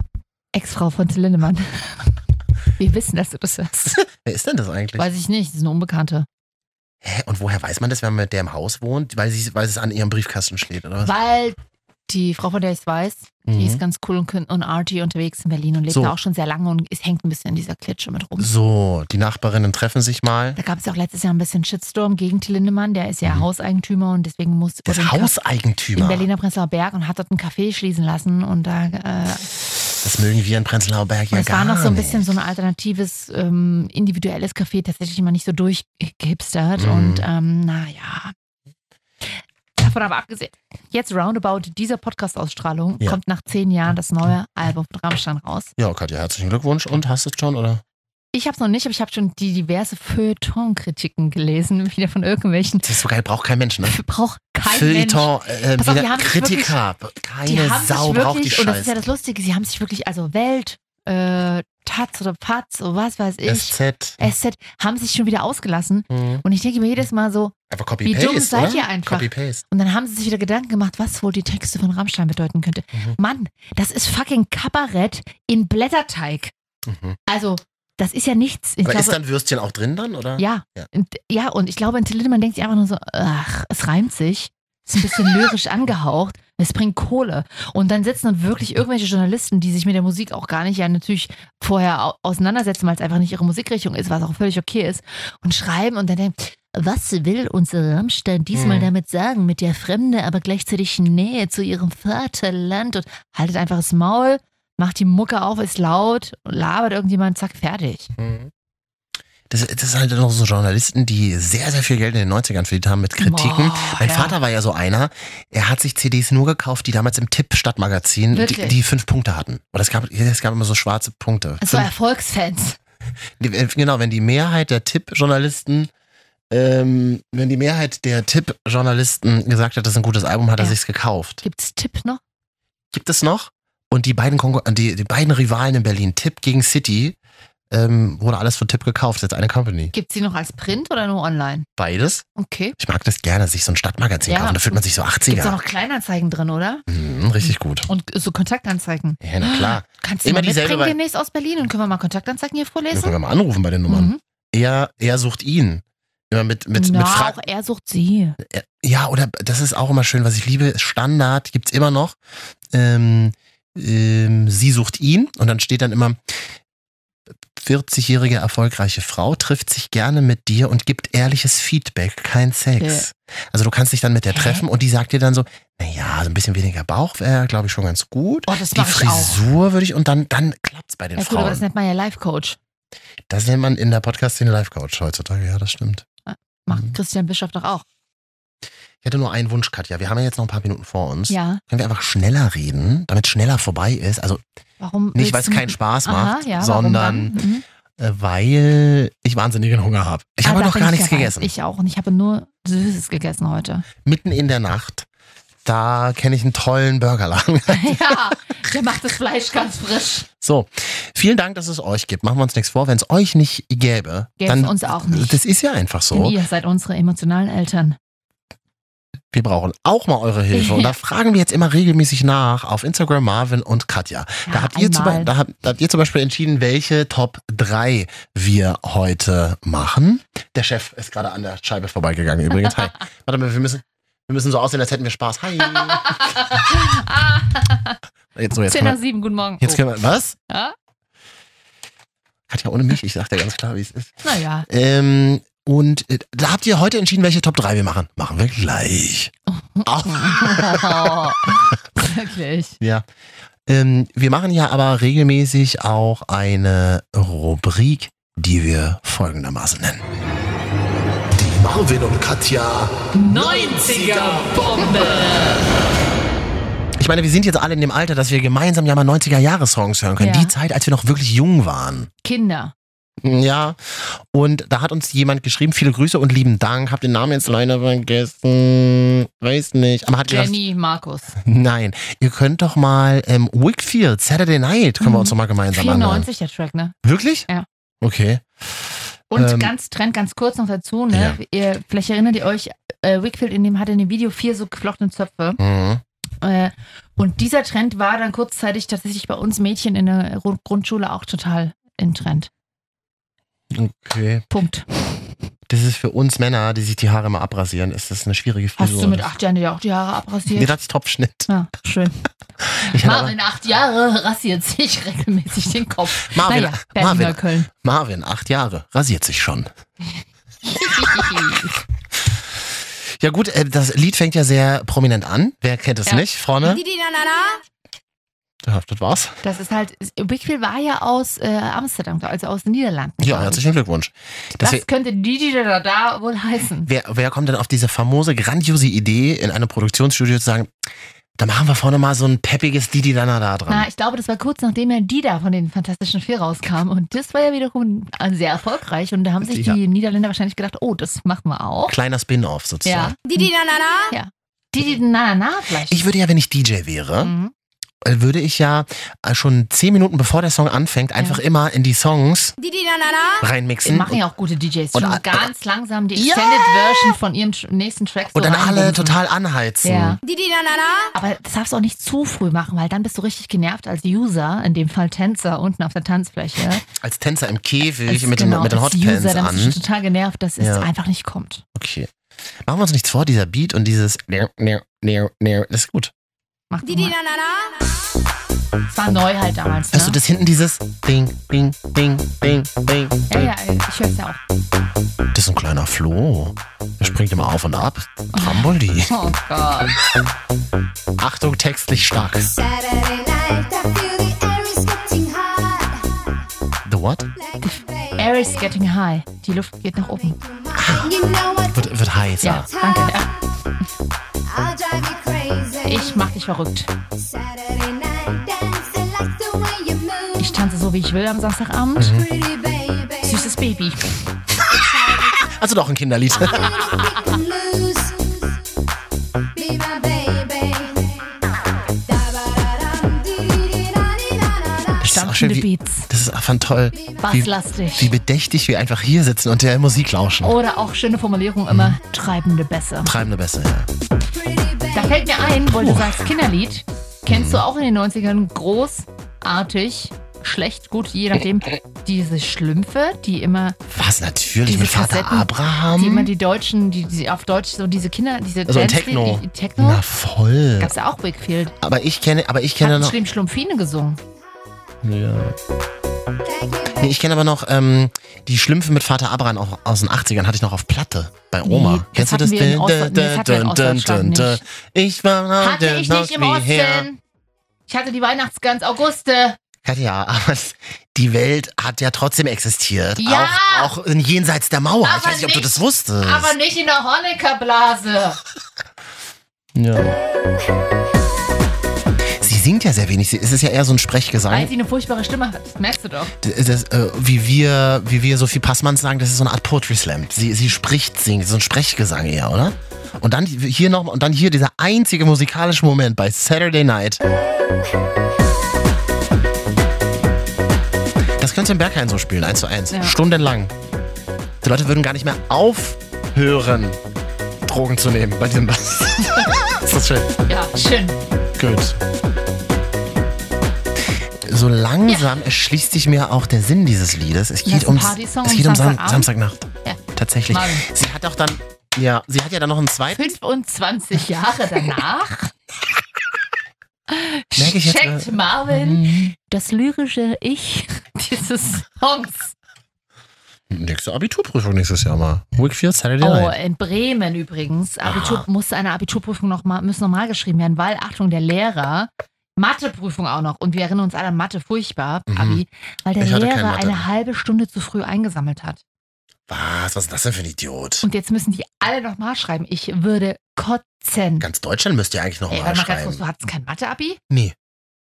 S2: Ex-Frau von Till Lindemann. Wir wissen, dass du das hörst.
S1: Wer ist denn das eigentlich?
S2: Weiß ich nicht, das ist eine Unbekannte.
S1: Hä? Und woher weiß man das, wenn man mit der im Haus wohnt? Weil, sie, weil es an ihrem Briefkasten steht, oder was?
S2: Weil die Frau, von der ich es weiß, die
S1: Mhm.
S2: ist ganz cool und, kün- und arty unterwegs in Berlin und lebt
S1: So.
S2: da auch schon sehr lange und es hängt ein bisschen in dieser Klitsche mit rum.
S1: So, die Nachbarinnen treffen sich mal.
S2: Da gab es ja auch letztes Jahr ein bisschen Shitstorm gegen Till Lindemann, der ist ja
S1: Mhm.
S2: Hauseigentümer und deswegen muss
S1: Das
S2: wurde ein Caf-
S1: Hauseigentümer.
S2: im Berliner Prenzlauer Berg und hat dort einen Café schließen lassen und da äh,
S1: Das mögen wir in Prenzlauer Berg
S2: Und
S1: ja
S2: es
S1: gar
S2: war noch so ein bisschen
S1: nicht.
S2: so ein alternatives, ähm, individuelles Café, tatsächlich immer nicht so durchgehipstert.
S1: Mhm.
S2: Und ähm, naja. Davon aber abgesehen, jetzt roundabout dieser Podcast-Ausstrahlung
S1: Ja.
S2: kommt nach zehn Jahren das neue Album von Rammstein raus.
S1: Ja, Katja, herzlichen Glückwunsch. Und hast du es schon, oder?
S2: Ich habe es noch nicht, aber ich habe schon die diverse Feuilleton-Kritiken gelesen, wieder von irgendwelchen.
S1: Das ist so geil, braucht kein Mensch, ne?
S2: Braucht kein Mensch.
S1: Feuilleton, äh,
S2: Pass auf, die
S1: wieder
S2: haben sich
S1: Kritiker.
S2: Die
S1: Keine
S2: haben
S1: Sau
S2: sich wirklich,
S1: braucht die
S2: und das ist ja
S1: Scheiße.
S2: das Lustige, sie haben sich wirklich, also Welt, äh, Taz oder Patz oder was weiß ich,
S1: SZ.
S2: SZ, haben sich schon wieder ausgelassen.
S1: Mhm.
S2: Und ich denke mir jedes Mal so,
S1: Einfach
S2: Wie
S1: Copy-Paste,
S2: dumm seid
S1: oder?
S2: ihr einfach?
S1: Copy-Paste.
S2: und dann haben sie sich wieder Gedanken gemacht, was wohl die Texte von Rammstein bedeuten könnte.
S1: Mhm.
S2: Mann, das ist fucking Kabarett in Blätterteig.
S1: Mhm.
S2: Also, das ist ja nichts. Ich
S1: Aber ist
S2: glaube,
S1: dann Würstchen auch drin dann, oder?
S2: ja.
S1: Ja.
S2: Und, ja, und ich glaube, in Till Lindemann denkt sich einfach nur so, ach, es reimt sich. Ist ein bisschen lyrisch angehaucht. Es bringt Kohle. Und dann sitzen dann wirklich irgendwelche Journalisten, die sich mit der Musik auch gar nicht ja natürlich vorher au- auseinandersetzen, weil es einfach nicht ihre Musikrichtung ist, was auch völlig okay ist, und schreiben und dann denken, was will unser Rammstein diesmal
S1: Mhm.
S2: damit sagen, mit der Fremde, aber gleichzeitig Nähe zu ihrem Vaterland und haltet einfach das Maul, macht die Mucke auf, ist laut, labert irgendjemand, zack, fertig.
S1: Mhm. Das, das sind halt noch so Journalisten, die sehr, sehr viel Geld in den 90ern verdient haben mit Kritiken.
S2: Boah,
S1: Mein
S2: ja.
S1: Vater war ja so einer, er hat sich CDs nur gekauft, die damals im Tipp Stadtmagazin, die,
S2: Wirklich?
S1: die fünf Punkte hatten. Oder es gab, es gab immer so schwarze Punkte.
S2: Also
S1: Fünf,
S2: Erfolgsfans.
S1: die- äh, genau, wenn die Mehrheit der Tipp-Journalisten ähm, wenn die Mehrheit der Tipp-Journalisten gesagt hat, das ist ein gutes Album, hat er
S2: Ja.
S1: sich's gekauft.
S2: Gibt's Tipp noch?
S1: Gibt es noch? Und die beiden, Konkur- äh, die, die beiden Rivalen in Berlin, Tipp gegen City, ähm, wurde alles von Tipp gekauft, jetzt eine Company.
S2: Gibt's die noch als Print oder nur online?
S1: Beides.
S2: Okay.
S1: Ich mag das gerne, sich so ein Stadtmagazin
S2: Ja.
S1: kaufen. Da fühlt man sich so
S2: Gibt's auch
S1: 80er.
S2: noch Kleinanzeigen drin, oder?
S1: Mhm, richtig gut.
S2: Und so Kontaktanzeigen.
S1: Ja, na klar.
S2: Kannst du
S1: Immer
S2: mal
S1: dieselbe
S2: mitbringen
S1: Wei-
S2: demnächst aus Berlin und können wir mal Kontaktanzeigen hier
S1: Wir
S2: vorlesen?
S1: können wir mal anrufen bei den Nummern.
S2: Mhm.
S1: Er, er sucht ihn. Immer mit, mit,
S2: Na,
S1: mit Fragen.
S2: auch er sucht sie.
S1: Ja, oder das ist auch immer schön, was ich liebe. Standard gibt's immer noch. Ähm, ähm, sie sucht ihn und dann steht dann immer 40-jährige erfolgreiche Frau trifft sich gerne mit dir und gibt ehrliches Feedback, kein Sex. Also du kannst dich dann mit der
S2: Hä?
S1: treffen und die sagt dir dann so, naja, so ein bisschen weniger Bauch wäre, glaube ich, schon ganz gut.
S2: Oh, das
S1: Die
S2: mache ich auch.
S1: Frisur würde ich und dann, dann klappt's bei den
S2: Ja gut, aber
S1: Frauen.
S2: das nennt man ja Life-Coach.
S1: das nennt man in der Podcast-Szene Live-Coach heutzutage, ja, das stimmt.
S2: Macht
S1: Mhm.
S2: Christian Bischof doch auch.
S1: Ich hätte nur einen Wunsch, Katja. Wir haben ja jetzt noch ein paar Minuten vor uns.
S2: Ja.
S1: Können wir einfach schneller reden, damit schneller vorbei ist? Also
S2: Warum?
S1: nicht, weil es
S2: willst du-
S1: keinen Spaß
S2: Aha,
S1: macht,
S2: ja, warum
S1: sondern
S2: dann? Mhm.
S1: äh, weil ich wahnsinnigen Hunger habe. Ich
S2: Ah,
S1: habe
S2: da
S1: noch
S2: bin
S1: gar
S2: ich
S1: nichts
S2: dabei.
S1: gegessen.
S2: Ich auch. Und ich habe nur Süßes gegessen heute.
S1: Mitten in der Nacht, da kenne ich einen tollen Burgerladen.
S2: ja, der macht das Fleisch ganz frisch.
S1: So, vielen Dank, dass es euch gibt. Machen wir uns nichts vor. Wenn es euch nicht gäbe,
S2: Gäb's
S1: dann
S2: uns auch nicht.
S1: Das ist ja einfach
S2: Denn
S1: so.
S2: ihr seid unsere emotionalen Eltern.
S1: Wir brauchen auch mal eure Hilfe. Und da fragen wir jetzt immer regelmäßig nach auf Instagram Marvin und Katja.
S2: Ja,
S1: Da habt, ihr zum, Be-
S2: einmal.
S1: da, habt, da habt ihr zum Beispiel entschieden, welche Top 3 wir heute machen. Der Chef ist gerade an der Scheibe vorbeigegangen übrigens. Hi. Warte mal, wir müssen, wir müssen so aussehen, als hätten wir Spaß. Hi. Jetzt, so, jetzt,
S2: 10
S1: können
S2: nach
S1: wir,
S2: 7, guten Morgen.
S1: jetzt können wir, was?
S2: oh. ja?
S1: Katja, ohne mich, ich sag dir ganz klar, wie es ist.
S2: Naja,
S1: Ähm, und äh, da habt ihr heute entschieden, welche Top 3 wir machen. Machen wir gleich. Auf.
S2: wirklich.
S1: Ja. Ähm, wir machen ja aber regelmäßig auch eine Rubrik, die wir folgendermaßen nennen. Die Marvin und Katja.
S2: 90er Bombe.
S1: Ich meine, wir sind jetzt alle in dem Alter, dass wir gemeinsam ja mal 90er-Jahre-Songs hören können.
S2: Ja.
S1: Die Zeit, als wir noch wirklich jung waren.
S2: Kinder.
S1: Ja, und da hat uns jemand geschrieben, viele Grüße und lieben Dank. Hab den Namen jetzt leider vergessen. Weiß nicht. Aber hat gesagt,
S2: Jenny, Markus.
S1: nein, ihr könnt doch mal ähm, Wickfield, Saturday Night, können wir
S2: Mhm.
S1: uns doch mal gemeinsam anhören.
S2: 94 der Track, ne?
S1: Wirklich?
S2: Ja.
S1: Okay.
S2: Und
S1: Ähm,
S2: ganz Trend, ganz kurz noch dazu, ne? Ihr, vielleicht erinnert ihr euch, äh, Wickfield in dem hatte in dem Video vier so geflochtene Zöpfe.
S1: Mhm.
S2: Äh, und dieser Trend war dann kurzzeitig tatsächlich bei uns Mädchen in der Ru- Grundschule auch total in Trend.
S1: Okay.
S2: Punkt.
S1: Das ist für uns Männer, die sich die Haare immer abrasieren, ist das eine schwierige
S2: Hast
S1: Frisur.
S2: du mit acht Jahren dir auch die Haare abrasiert?
S1: Nee, das ist Topfschnitt.
S2: ja, schön.
S1: Ich hatte aber,
S2: Marvin, acht Jahre, rasiert sich regelmäßig den Kopf.
S1: Marvin,
S2: naja, Berliner
S1: Marvin,
S2: Köln.
S1: Marvin, acht Jahre, rasiert sich schon. Ja gut, äh, das Lied fängt ja sehr prominent an. Wer kennt es
S2: Ja.
S1: nicht? Vorne. Ja, das war's.
S2: das ist halt, Wickfield war ja aus äh, Amsterdam, also aus den Niederlanden.
S1: Ja,
S2: glaub ich.
S1: herzlichen Glückwunsch.
S2: Das
S1: Deswegen,
S2: könnte Didi da, da, da wohl heißen.
S1: wer, wer kommt denn auf diese famose, grandiose Idee, in einem Produktionsstudio zu sagen, da machen wir vorne mal so ein peppiges Didi Dana da dran.
S2: Na, ich glaube, das war kurz nachdem ja Dida von den Fantastischen Vier rauskam. Und das war ja wiederum äh, sehr erfolgreich. Und da haben sich
S1: Ja.
S2: die Niederländer wahrscheinlich gedacht, oh, das machen wir auch.
S1: Kleiner Spin-off sozusagen.
S2: Ja. Didi na na na? Ja. Didi na na na vielleicht.
S1: Ich würde ja, wenn ich DJ wäre,
S2: Mhm.
S1: äh, würde ich ja äh, schon zehn Minuten bevor der Song anfängt, einfach immer in die Songs
S2: Wir
S1: reinmixen.
S2: machen ja auch gute DJs.
S1: Und
S2: Schon
S1: a-
S2: ganz langsam die
S1: Ja!
S2: Extended Version von ihrem tr- nächsten Track so
S1: und dann alle
S2: reinbumsen.
S1: total anheizen.
S2: Ja. Aber das darfst du auch nicht zu früh machen, weil dann bist du richtig genervt als User, in dem Fall Tänzer unten auf der Tanzfläche.
S1: Als Tänzer im Käfig
S2: Als-
S1: mit,
S2: genau,
S1: den, mit den
S2: als
S1: Hotpants
S2: User, dann bist du
S1: an.
S2: total genervt, dass es
S1: Ja.
S2: einfach nicht kommt.
S1: Okay. Machen wir uns nichts vor, dieser Beat und dieses Neo, Neo, Neo, Neo, das ist gut.
S2: Macht mal. Das war neu halt damals. Ne?
S1: Hörst du das hinten, dieses Ding, Ding, Ding, Ding, Ding?
S2: Ja, ja, ich höre es ja auch.
S1: Das ist ein kleiner Floh. Der springt immer auf und ab. Trambolin.
S2: Oh Gott.
S1: Achtung, textlich stark. The what?
S2: Air is getting high. Die Luft geht nach oben.
S1: Wird, wird heißer.
S2: Ja, danke. Ja. Ich mach dich verrückt. Ich
S1: Mhm.
S2: tanze so, wie ich will am Samstagabend. Süßes Baby.
S1: Also doch ein Kinderlied.
S2: Ah,
S1: Das ist auch schön,
S2: Stampfende
S1: wie,
S2: Beats.
S1: das ist einfach toll, wie, wie
S2: Basslastig.
S1: bedächtig wir einfach hier sitzen und der Musik lauschen.
S2: Oder auch schöne Formulierung immer, treibende Bässe.
S1: Treibende Bässe, ja.
S2: Da fällt mir ein, weil du sagst Kinderlied, kennst du auch in den 90ern großartig, schlecht, gut, je nachdem, diese Schlümpfe, die immer,
S1: Was natürlich
S2: Diese
S1: mit Vater
S2: Kassetten,
S1: Abraham?
S2: die immer die Deutschen, die, die auf Deutsch so diese Kinder, diese
S1: Mhm. also ein
S2: Dance-
S1: Techno.
S2: die- die Techno,
S1: Na voll.
S2: gab's ja auch Wakefield.
S1: Aber ich kenne, aber ich kenne
S2: Hat
S1: noch.
S2: Schlimm Schlumpfine gesungen.
S1: Ja. Nee, ich kenne aber noch ähm, die Schlümpfe mit Vater Abraham auch aus den 80ern, hatte ich noch auf Platte bei Oma.
S2: Nee, das
S1: Kennst du
S2: hatten
S1: das?
S2: wir in
S1: Dun,
S2: Ostdeutschland-
S1: dun,
S2: nee, das hatten wir in
S1: dun, dun,
S2: Ostdeutschland
S1: dun, dun.
S2: nicht.
S1: Ich war
S2: Hatte ich nicht im Osten.
S1: Her.
S2: Ich hatte die Weihnachtsgans Auguste.
S1: Katja, aber die Welt hat ja trotzdem existiert.
S2: Ja.
S1: Auch, auch in jenseits der Mauer. ich
S2: Aber
S1: weiß nicht, ob du
S2: nicht-
S1: das wusstest.
S2: Aber nicht in der Honecker-Blase.
S1: ja. Sie singt ja sehr wenig. Sie- Es ist ja eher so ein Sprechgesang.
S2: Weil sie eine furchtbare Stimme hat. Das merkst du doch.
S1: D- das, äh, wie wir, wie wir Sophie Passmann sagen, das ist so eine Art Poetry Slam. Sie, sie spricht, singt, so ein Sprechgesang eher, oder? Und dann hier noch und dann hier dieser einzige musikalische Moment bei Saturday Night. Das könntest du im Berghain so spielen, eins zu eins,
S2: Ja.
S1: stundenlang. Die Leute würden gar nicht mehr aufhören, Drogen zu nehmen bei diesem Bass. ist das schön.
S2: Ja, schön.
S1: Gut. So langsam erschließt sich mir auch der Sinn dieses Liedes. Es geht
S2: ein
S1: um
S2: Partysong
S1: es geht um Sam
S2: Samstagabend?
S1: Samstagnacht.
S2: Ja.
S1: Tatsächlich.
S2: Marvin.
S1: Sie hat auch dann ja, sie hat ja dann noch einen zweiten.
S2: 25 Jahre danach
S1: Merke ich jetzt,
S2: checkt
S1: äh,
S2: Marvin das lyrische Ich dieses Songs.
S1: Nächste Abiturprüfung nächstes Jahr mal. Week 4 Saturday
S2: Oh,
S1: Night.
S2: in Bremen übrigens. Abitur,
S1: Aha.
S2: muss eine Abiturprüfung noch mal, muss nochmal geschrieben werden, weil, Achtung, der Lehrer, Matheprüfung auch noch. Und wir erinnern uns alle an Mathe furchtbar,
S1: Mhm.
S2: Abi, weil der
S1: Ich hatte kein
S2: Lehrer
S1: Mathe.
S2: eine halbe Stunde zu früh eingesammelt hat.
S1: Was, was ist das denn für ein Idiot?
S2: Und jetzt müssen die alle nochmal schreiben. Ich würde kotzen.
S1: Ganz Deutschland müsste ja eigentlich noch
S2: Ey,
S1: mal
S2: warte mal ganz
S1: schreiben.
S2: kurz, du hattest kein Mathe-Abi?
S1: nee,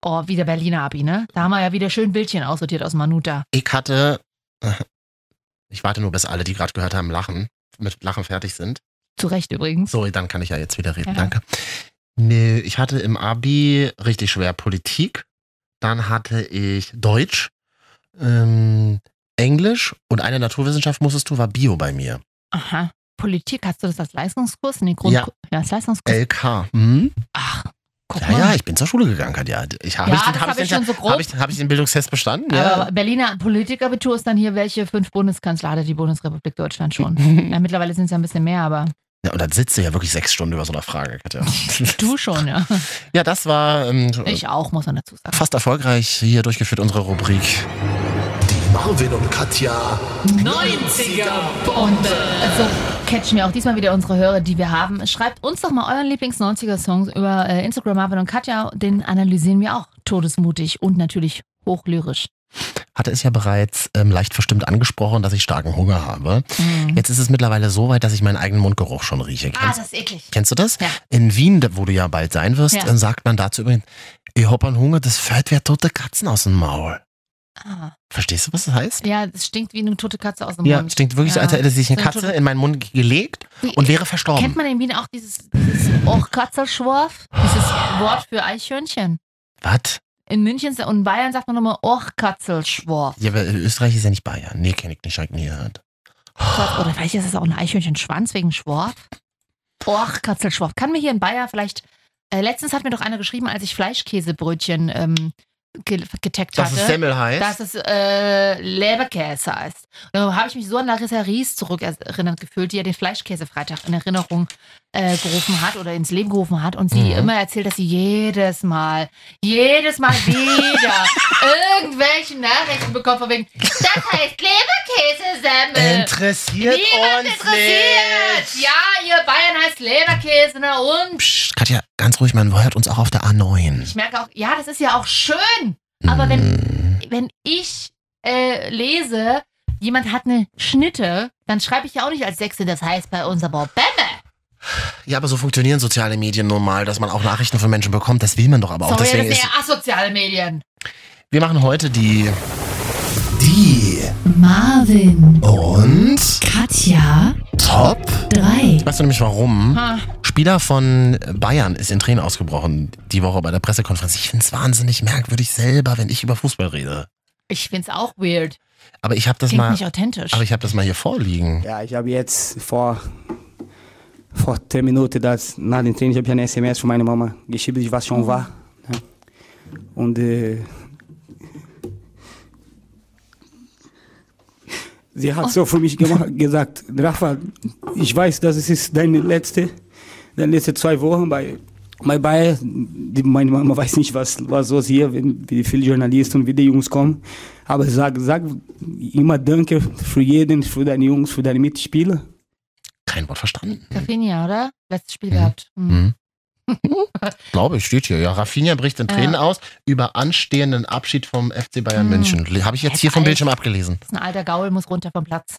S2: Oh, wieder Berliner Abi, ne? Da haben wir ja wieder schön Bildchen aussortiert aus Manuta.
S1: ich hatte ich warte nur, bis alle, die gerade gehört haben, lachen, mit Lachen fertig sind.
S2: Zu Recht übrigens.
S1: So, dann kann ich ja jetzt wieder reden.
S2: Ja.
S1: Danke. Nee, ich hatte im Abi richtig schwer Politik. Dann hatte ich Deutsch, ähm, Englisch und eine Naturwissenschaft musstest du, war Bio bei mir.
S2: Aha. Politik, hast du das als Leistungskurs? Nee, Grund
S1: Ja.
S2: ja. als Leistungskurs.
S1: LK. Hm?
S2: Ach, guck
S1: Ja,
S2: mal.
S1: ja, ich bin zur Schule gegangen, Katja. Ich, habe
S2: Ja,
S1: ich, den-
S2: das
S1: habe
S2: hab ich
S1: den-
S2: schon so grob.
S1: Habe ich, habe ich den Bildungstest bestanden? Ja.
S2: Aber Berliner Politikabitur ist dann hier, welche fünf Bundeskanzler hatte die Bundesrepublik Deutschland schon? ja, mittlerweile sind es ja ein bisschen mehr, aber
S1: ja, und dann sitzt du ja wirklich sechs Stunden über so einer Frage, Katja.
S2: du schon, ja.
S1: ja, das war ähm,
S2: Ich auch, muss man dazu sagen.
S1: fast erfolgreich hier durchgeführt, unsere Rubrik.
S11: Marvin und Katja.
S2: 90er Punkte. äh, So catchen wir auch diesmal wieder unsere Hörer, die wir haben. Schreibt uns doch mal euren Lieblings-90er-Song über äh, Instagram, Marvin und Katja. Den analysieren wir auch todesmutig und natürlich hochlyrisch.
S1: Hatte es ja bereits ähm, leicht verstimmt angesprochen, dass ich starken Hunger habe. Jetzt ist es mittlerweile so weit, dass ich meinen eigenen Mundgeruch schon rieche.
S2: Mhm. Ah,
S1: Kennst,
S2: das ist eklig.
S1: kennst du das?
S2: Ja.
S1: In Wien, da- wo du ja bald sein wirst,
S2: Ja.
S1: dann sagt man dazu übrigens, ich hab einen Hunger, das fällt wie tote Katzen aus dem Maul.
S2: Ah.
S1: Verstehst du, was das heißt?
S2: Ja, das stinkt wie eine tote Katze aus dem
S1: Ja,
S2: Mund.
S1: stinkt wirklich so,
S2: Ja.
S1: als hätte sich eine
S2: So eine
S1: Katze
S2: tote-
S1: in meinen Mund gelegt
S2: Wie-
S1: und wäre verstorben.
S2: Kennt man in Wien auch dieses, dieses Ochkatzerschworf? Dieses Wort für Eichhörnchen.
S1: was?
S2: In München und in Bayern sagt man oh, nochmal Ochkatzelschworf.
S1: Ja, aber Österreich ist ja nicht Bayern. Nee, kenn ich nicht, hab ich nie gehört.
S2: Oder vielleicht ist es auch ein Eichhörnchenschwanz wegen Schworf. Och, Katzelschworf. Kann mir hier in Bayern vielleicht. Äh, letztens hat mir doch einer geschrieben, als ich Fleischkäsebrötchen ähm, ge getaggt
S1: Dass
S2: hatte,
S1: es Semmel heißt.
S2: dass es äh, Leberkäse heißt. Und da habe ich mich so an Larissa Ries zurückerinnert gefühlt, die ja den Fleischkäsefreitag in Erinnerung äh, gerufen hat oder ins Leben gerufen hat und sie
S1: Mhm.
S2: immer erzählt, dass sie jedes Mal, jedes Mal wieder irgendwelche Nachrichten bekommt von wegen, das heißt Leberkäse-Semmel.
S1: interessiert
S2: Niemand
S1: uns
S2: interessiert!
S1: nicht.
S2: Ja, ihr Bayern heißt Leberkäse, na und?
S1: Psst, Katja, ganz ruhig, man hört uns auch auf der A9.
S2: Ich merke auch, ja, das ist ja auch schön. Aber wenn,
S1: Mm.
S2: wenn ich äh, lese, jemand hat eine Schnitte, dann schreibe ich ja auch nicht als Sechste, das heißt bei uns aber Bämme.
S1: Ja, aber so funktionieren soziale Medien nun mal, dass man auch Nachrichten von Menschen bekommt. Das will man doch aber auch.
S2: Sorry,
S1: Deswegen
S2: das
S1: ist,
S2: sind ja asoziale Medien.
S1: wir machen heute die
S11: Die
S2: Marvin
S11: und
S2: Katja
S11: Top
S2: 3.
S1: Weißt du nämlich warum?
S2: Ha.
S1: Spieler von Bayern ist in Tränen ausgebrochen die Woche bei der Pressekonferenz. Ich finde es wahnsinnig merkwürdig selber, wenn ich über Fußball rede.
S2: Ich find's auch weird.
S1: Aber ich habe das
S2: Klingt
S1: mal.
S2: nicht authentisch.
S1: Aber ich habe das mal hier vorliegen.
S12: Ja, ich habe jetzt vor, vor drei Minuten, das, nach dem Training, ich habe ja eine SMS von meiner Mama
S7: tipo
S12: geschrieben, ich war schon wahr. Ne? Und äh, sie hat so für mich gemacht, gesagt, Rafa, ich weiß, das ist deine letzte, deine letzte zwei Wochen bei, bei Bayer. Die, meine Mama weiß nicht, was, was los hier, wenn- wie viele Journalisten und wie die Jungs kommen. Aber sag, sag immer Danke für jeden, für deine Jungs, für deine Mitspieler.
S1: Kein Wort verstanden.
S2: Rafinha, oder? Letztes Spiel gehabt. Hm.
S1: Hm. Glaube ich, steht hier. Ja, Rafinha bricht in
S2: Ja.
S1: Tränen aus über anstehenden Abschied vom FC Bayern
S2: Hm.
S1: München. Habe ich jetzt hier vom Bildschirm abgelesen.
S2: Ist ein alter Gaul, muss runter vom Platz.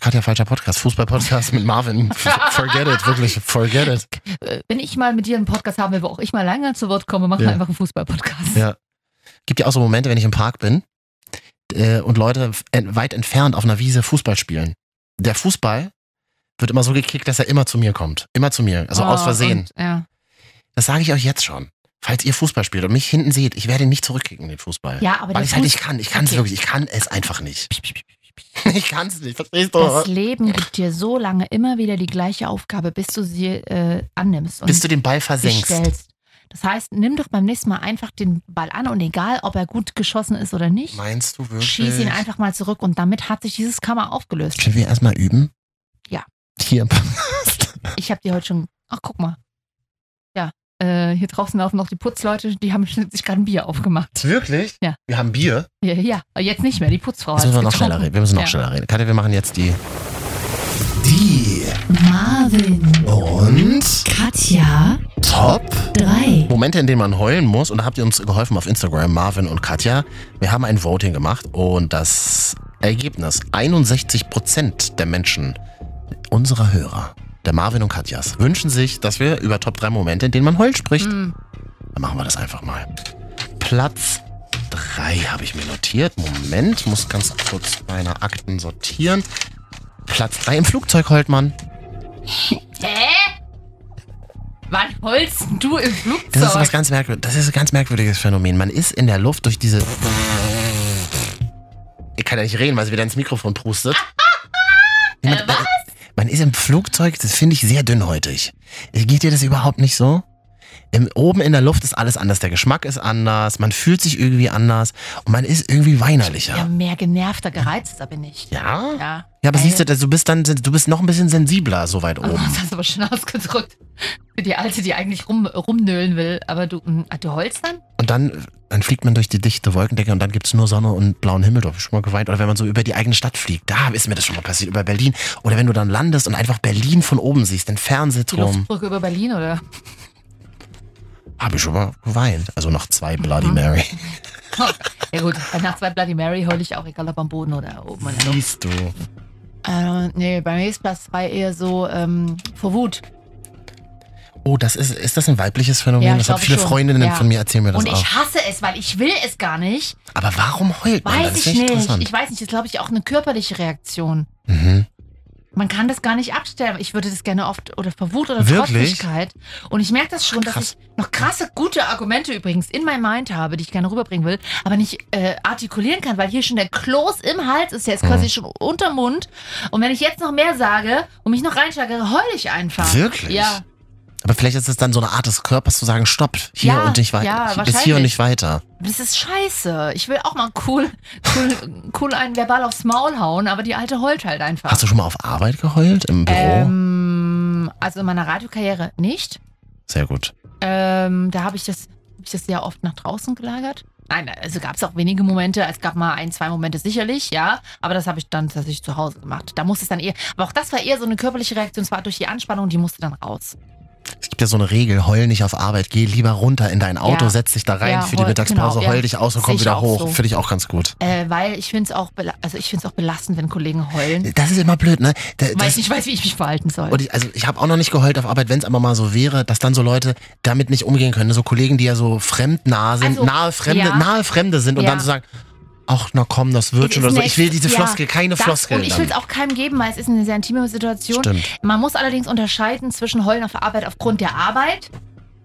S1: Katja, falscher Podcast. Fußball-Podcast mit Marvin. Forget it, wirklich. Forget it.
S2: Äh, Wenn ich mal mit dir einen Podcast haben will, wo auch ich mal lange zu Wort komme, machen wir
S1: Ja.
S2: einfach einen Fußball-Podcast.
S1: Ja. Gibt ja auch so Momente, wenn ich im Park bin äh, und Leute f- en- weit entfernt auf einer Wiese Fußball spielen. Der Fußball wird immer so gekickt, dass er immer zu mir kommt. Immer zu mir. Also
S2: Oh,
S1: aus Versehen.
S2: Und, ja.
S1: das sage ich euch jetzt schon. Falls ihr Fußball spielt und mich hinten seht, ich werde ihn nicht zurückkicken, den Fußball.
S2: Ja, aber der
S1: Weil ich halt
S2: Fuß-
S1: nicht kann. Ich kann es
S2: Okay.
S1: wirklich. Ich kann es einfach nicht. Ich kann es nicht. Verstehst
S2: Das
S1: du?
S2: Leben gibt dir so lange immer wieder die gleiche Aufgabe, bis du sie äh, annimmst. und
S1: Bis du den Ball
S2: dich
S1: versenkst.
S2: stellst. Das heißt, nimm doch beim nächsten Mal einfach den Ball an und egal, ob er gut geschossen ist oder nicht,
S1: Meinst du wirklich?
S2: schieß ihn einfach mal zurück und damit hat sich dieses Kammer aufgelöst.
S1: Können wir erstmal üben?
S2: Ja.
S1: Hier.
S2: Ich habe dir heute schon. Ach, guck mal. Ja, äh, hier draußen laufen noch die Putzleute, die haben sich gerade ein Bier aufgemacht.
S1: Wirklich?
S2: Ja.
S1: Wir haben Bier.
S2: Ja, ja, jetzt nicht mehr, die Putzfrau
S1: Jetzt
S2: hat's
S1: müssen wir noch
S2: getrunken.
S1: schneller reden. Wir müssen noch
S2: ja.
S1: schneller reden. Katja, wir machen jetzt die.
S11: Die
S2: Marvin,
S11: und
S2: Katja,
S11: Top
S2: 3.
S1: Momente, in denen man heulen muss. Und da habt ihr uns geholfen auf Instagram, Marvin und Katja. Wir haben ein Voting gemacht und das Ergebnis: 61 Prozent der Menschen, unserer Hörer, der Marvin und Katjas, wünschen sich, dass wir über Top 3 Momente, in denen man heult, spricht. Dann machen wir das einfach mal. Platz 3 habe ich mir notiert. Moment, muss ganz kurz meine Akten sortieren. Platz 3 im Flugzeug heult man.
S2: Wann holst du im
S1: Das ist was
S2: Flugzeug?
S1: ganz merkwürdiges. Das ist ein ganz merkwürdiges Phänomen. Man ist in der Luft durch diese. Ich kann ja nicht reden, weil sie wieder ins Mikrofon pustet. Man, was? man ist im Flugzeug, das finde ich sehr dünnhäutig. Äh, Geht dir das überhaupt nicht so? Im, oben in der Luft ist alles anders. Der Geschmack ist anders, man fühlt sich irgendwie anders und man ist irgendwie
S2: Ja,
S1: weinerlicher.
S2: mehr genervter, gereizter bin ich.
S1: Ja? Ja,
S2: Ja.
S1: aber
S2: Ey,
S1: siehst du, du bist dann, du bist noch ein bisschen sensibler so weit
S2: Oh,
S1: oben.
S2: das hast du aber schön ausgedrückt. Für die Alte, die eigentlich rum, rumnölen will. Aber du, mh, ah, du holst dann?
S1: Und dann, dann fliegt man durch die dichte Wolkendecke und dann gibt's nur Sonne und blauen Himmel. Da hab ich schon mal geweint. Oder wenn man so über die eigene Stadt fliegt. Da ist mir das schon mal passiert, über Berlin. Oder wenn du dann landest und einfach Berlin von oben siehst, den
S2: Die
S1: Fernsehturm.
S2: Luftbrücke über Berlin, oder?
S1: Habe ich schon mal geweint. Also noch zwei Bloody Mary.
S2: Ja gut, bei Nacht zwei Bloody Mary heul ich auch, egal ob am Boden oder oben. in der Luft.
S1: Siehst du.
S2: Äh, nee, bei mir ist Platz 2 eher so ähm, vor Wut.
S1: Oh, das ist, ist das ein weibliches Phänomen?
S2: Ja, ich
S1: das haben
S2: glaube
S1: viele
S2: schon.
S1: Freundinnen
S2: Ja.
S1: von mir erzählen mir das
S2: Und
S1: auch.
S2: ich hasse es, weil ich will es gar nicht.
S1: Aber warum heult man?
S2: Weiß
S1: das
S2: ich
S1: finde ich
S2: nicht.
S1: interessant.
S2: Ich weiß nicht, das ist, glaube ich, auch eine körperliche Reaktion.
S1: mhm.
S2: Man kann das gar nicht abstellen. Ich würde das gerne oft oder vor Wut oder
S1: Wirklich?
S2: Trotzigkeit. Und ich merke das schon, dass
S1: Krass.
S2: ich noch krasse, gute Argumente übrigens in meinem Mind habe, die ich gerne rüberbringen will, aber nicht äh, artikulieren kann, weil hier schon der Kloß im Hals ist, der ist
S1: Mhm.
S2: quasi schon unterm Mund. Und wenn ich jetzt noch mehr sage und mich noch reinsteige, heul ich einfach.
S1: Wirklich?
S2: Ja,
S1: Aber vielleicht ist es dann so eine Art des Körpers zu sagen, stopp, hier
S2: Ja,
S1: und nicht weiter.
S2: ja,
S1: bis hier und
S2: wahrscheinlich.
S1: nicht weiter.
S2: das ist scheiße. Ich will auch mal cool, cool, cool einen verbal aufs Maul hauen, aber die alte heult halt einfach.
S1: Hast du schon mal auf Arbeit geheult? Im Büro?
S2: ähm, also in meiner Radiokarriere nicht.
S1: Sehr gut.
S2: Ähm, da habe ich das, hab ich das sehr oft nach draußen gelagert. Nein, also gab es auch wenige Momente. Es gab mal ein, zwei Momente sicherlich, ja. Aber das habe ich dann tatsächlich zu Hause gemacht. Da musste es dann eher, aber auch das war eher so eine körperliche Reaktion. Es war durch die Anspannung, die musste dann raus.
S1: Es gibt ja so eine Regel, heul nicht auf Arbeit, geh lieber runter in dein Auto,
S2: Ja.
S1: setz dich da rein
S2: Ja,
S1: für die
S2: heul-
S1: Mittagspause,
S2: genau,
S1: heul
S2: ja.
S1: dich aus und
S2: Sehe
S1: komm
S2: ich
S1: wieder
S2: auch
S1: hoch.
S2: so.
S1: Finde ich auch ganz gut.
S2: Äh, weil ich finde es auch, bela- also ich find's auch belastend, wenn Kollegen heulen,
S1: Das ist immer blöd, ne? Da-
S2: weil
S1: das-
S2: ich nicht Mhm. weiß, wie ich mich verhalten soll.
S1: und ich, also ich habe auch noch nicht geheult auf Arbeit, wenn es aber mal so wäre, dass dann so Leute damit nicht umgehen können. So Kollegen, die ja so fremdnah sind,
S2: Also,
S1: nahe Fremde,
S2: ja.
S1: nahe Fremde sind und
S2: Ja.
S1: dann so sagen, ach, na komm, das wird schon
S2: Ist
S1: oder so.
S2: nicht-
S1: Ich will diese Floskel,
S2: ja,
S1: keine
S2: das,
S1: Floskel.
S2: Und ich will es auch keinem geben, weil es ist eine sehr intime Situation.
S1: Stimmt.
S2: Man muss allerdings unterscheiden zwischen Heulen auf der Arbeit aufgrund der Arbeit,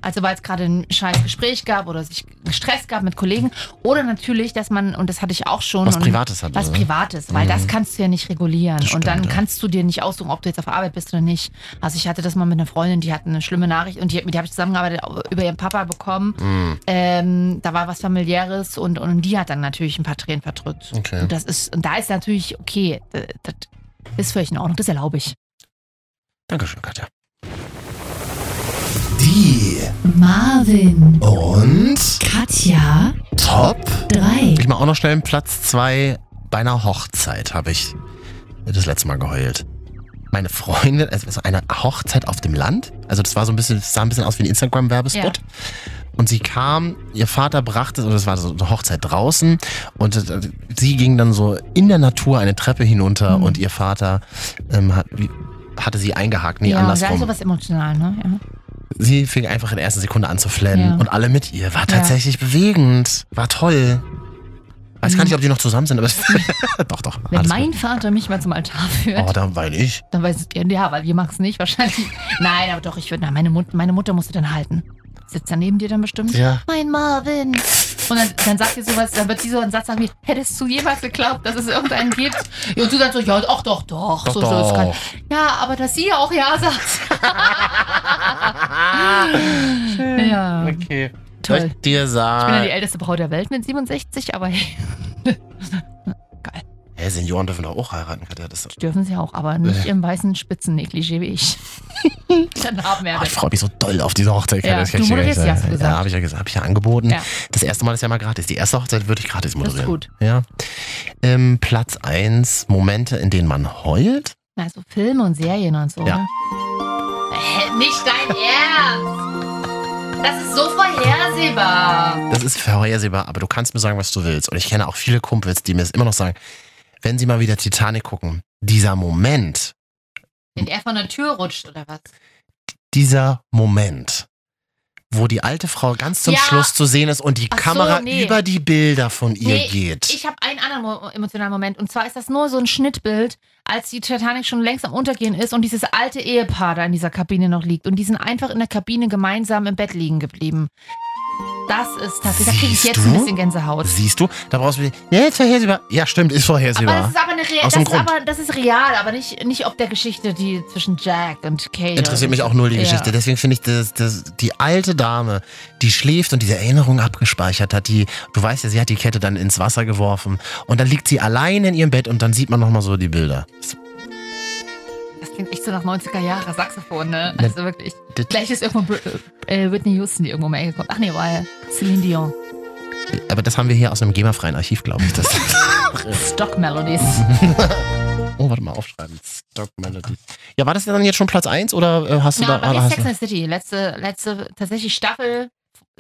S2: also weil es gerade ein scheiß Gespräch gab oder sich Stress gab mit Kollegen, oder natürlich, dass man, und das hatte ich auch schon.
S1: Was
S2: und
S1: Privates hat,
S2: Was
S1: oder?
S2: Privates, weil
S1: Mhm.
S2: das kannst du ja nicht regulieren.
S1: Das
S2: und dann
S1: stimmt, ja.
S2: kannst du dir nicht aussuchen, ob du jetzt auf der Arbeit bist oder nicht. Also ich hatte das mal mit einer Freundin, die hatte eine schlimme Nachricht und die, mit der habe ich zusammengearbeitet, über ihren Papa bekommen.
S1: Mhm.
S2: Ähm, da war was familiäres und, und die hat dann natürlich ein paar Tränen verdrückt.
S1: Okay.
S2: Und das ist, und da ist natürlich, okay, äh, das ist völlig in Ordnung, das erlaube ich.
S1: Dankeschön, Katja.
S2: Marvin
S1: Und
S2: Katja
S1: Top
S2: Drei.
S1: Ich mache auch noch schnell einen Platz zwei. Bei einer Hochzeit habe ich das letzte Mal geheult. Meine Freundin, also es war eine Hochzeit auf dem Land. Also das war so ein bisschen, das sah ein bisschen aus wie ein Instagram-Werbespot. Und sie kam, ihr Vater brachte, oder es war so eine Hochzeit draußen, und äh, sie ging dann so in der Natur eine Treppe hinunter
S2: Mhm.
S1: und ihr Vater ähm, hat, wie- hatte sie eingehakt, nee,
S2: ja,
S1: andersrum.
S2: Sei sowas emotional, ne?
S1: Sie fing einfach in der ersten Sekunde an zu flennen
S2: Ja.
S1: und alle mit ihr. War tatsächlich bewegend, war toll. Weiß
S2: Mhm.
S1: gar nicht, ob die noch zusammen sind, aber es doch, doch.
S2: Ja. Wenn
S1: alles
S2: mein Vater mich mal zum Altar
S1: gut.
S2: führt,
S1: Oh, dann weine ich.
S2: dann weiß ich, ja, weil wir machen es nicht wahrscheinlich. Nein, aber doch, ich würde, na, meine, Mut, meine Mutter musste dann halten. Sitzt dann neben dir dann bestimmt.
S1: Ja.
S2: Mein Marvin. Und dann, dann sagt sie sowas, dann wird sie so einen Satz sagen wie, hättest du jemals geglaubt, dass es irgendeinen gibt? Ja, und du sagst so, ja, doch, doch, doch.
S1: Doch,
S2: so, So, das kann,
S1: doch.
S2: ja, aber dass sie auch ja sagt. ja.
S1: Okay.
S2: Toll.
S1: Soll ich dir
S2: Ich bin ja die
S1: sagen.
S2: älteste Braut der Welt mit 67, aber hey,
S1: Hä, Senioren dürfen doch auch heiraten, Katja. Das ist
S2: dürfen sie auch, aber nicht
S1: Äh.
S2: im weißen Spitzennegligé wie ich. Dann haben wir
S1: Oh, ich freue mich so doll auf diese Hochzeit. Katja.
S2: Ja,
S1: das kann
S2: du
S1: ich dir gar nicht
S2: moderierst, ja, hast du
S1: sagen.
S2: gesagt.
S1: Ja, habe ich ja gesagt, habe ich ja angeboten.
S2: Ja.
S1: Das erste Mal ist ja mal gratis. Die erste Hochzeit würde ich gratis
S2: Das ist
S1: moderieren.
S2: gut.
S1: Ja. Ähm, Platz 1, Momente, in denen man heult.
S2: Na, so Filme und Serien und so.
S1: Ja.
S2: ne? Hä, Nicht dein Ernst! Das ist so vorhersehbar.
S1: Das ist vorhersehbar, aber du kannst mir sagen, was du willst. Und ich kenne auch viele Kumpels, die mir es immer noch sagen, wenn sie mal wieder Titanic gucken, dieser Moment,
S2: Wenn er von der Tür rutscht oder was?
S1: dieser Moment, wo die alte Frau ganz zum
S2: Ja.
S1: Schluss zu sehen ist und die
S2: Ach so,
S1: Kamera
S2: nee.
S1: über die Bilder von ihr
S2: Nee,
S1: geht.
S2: Ich habe einen anderen mo- emotionalen Moment. Und zwar ist das nur so ein Schnittbild, als die Titanic schon längst am Untergehen ist und dieses alte Ehepaar da in dieser Kabine noch liegt. Und die sind einfach in der Kabine gemeinsam im Bett liegen geblieben. Das ist tatsächlich. Da kriege ich
S1: Siehst
S2: jetzt ein
S1: du?
S2: bisschen Gänsehaut.
S1: Siehst du? Da brauchst du wieder, ja, ist vorhersehbar. Ja, stimmt, ist
S2: Aber
S1: vorhersehbar.
S2: das ist aber eine Re
S1: Aus
S2: das
S1: dem
S2: ist
S1: Grund.
S2: aber das ist real, aber nicht, nicht ob der Geschichte, die zwischen Jack und Kate.
S1: Interessiert mich auch nur die
S2: Ja.
S1: Geschichte. Deswegen finde ich, dass, dass die alte Dame, die schläft und diese Erinnerung abgespeichert hat, die, du weißt ja, sie hat die Kette dann ins Wasser geworfen und dann liegt sie allein in ihrem Bett und dann sieht man nochmal so die Bilder.
S2: Das klingt echt so nach 90er Jahre Saxophon, ne?
S1: Ne,
S2: Also wirklich.
S1: das-
S2: Gleich ist irgendwo Br- äh, Whitney Houston, die irgendwo mal gekommen. Ach nee, war ja Celine Dion.
S1: Aber das haben wir hier aus einem GEMA-freien Archiv, glaube ich. Das Mhm.
S2: Stock Melodies.
S1: oh, warte mal, aufschreiben. Stock Melody. Ja, war das denn dann jetzt schon Platz 1 oder äh, hast du
S2: Ja,
S1: da...
S2: aber
S1: oder
S2: ist
S1: hast
S2: Sex and
S1: du,
S2: the City. Letzte, letzte, tatsächlich Staffel,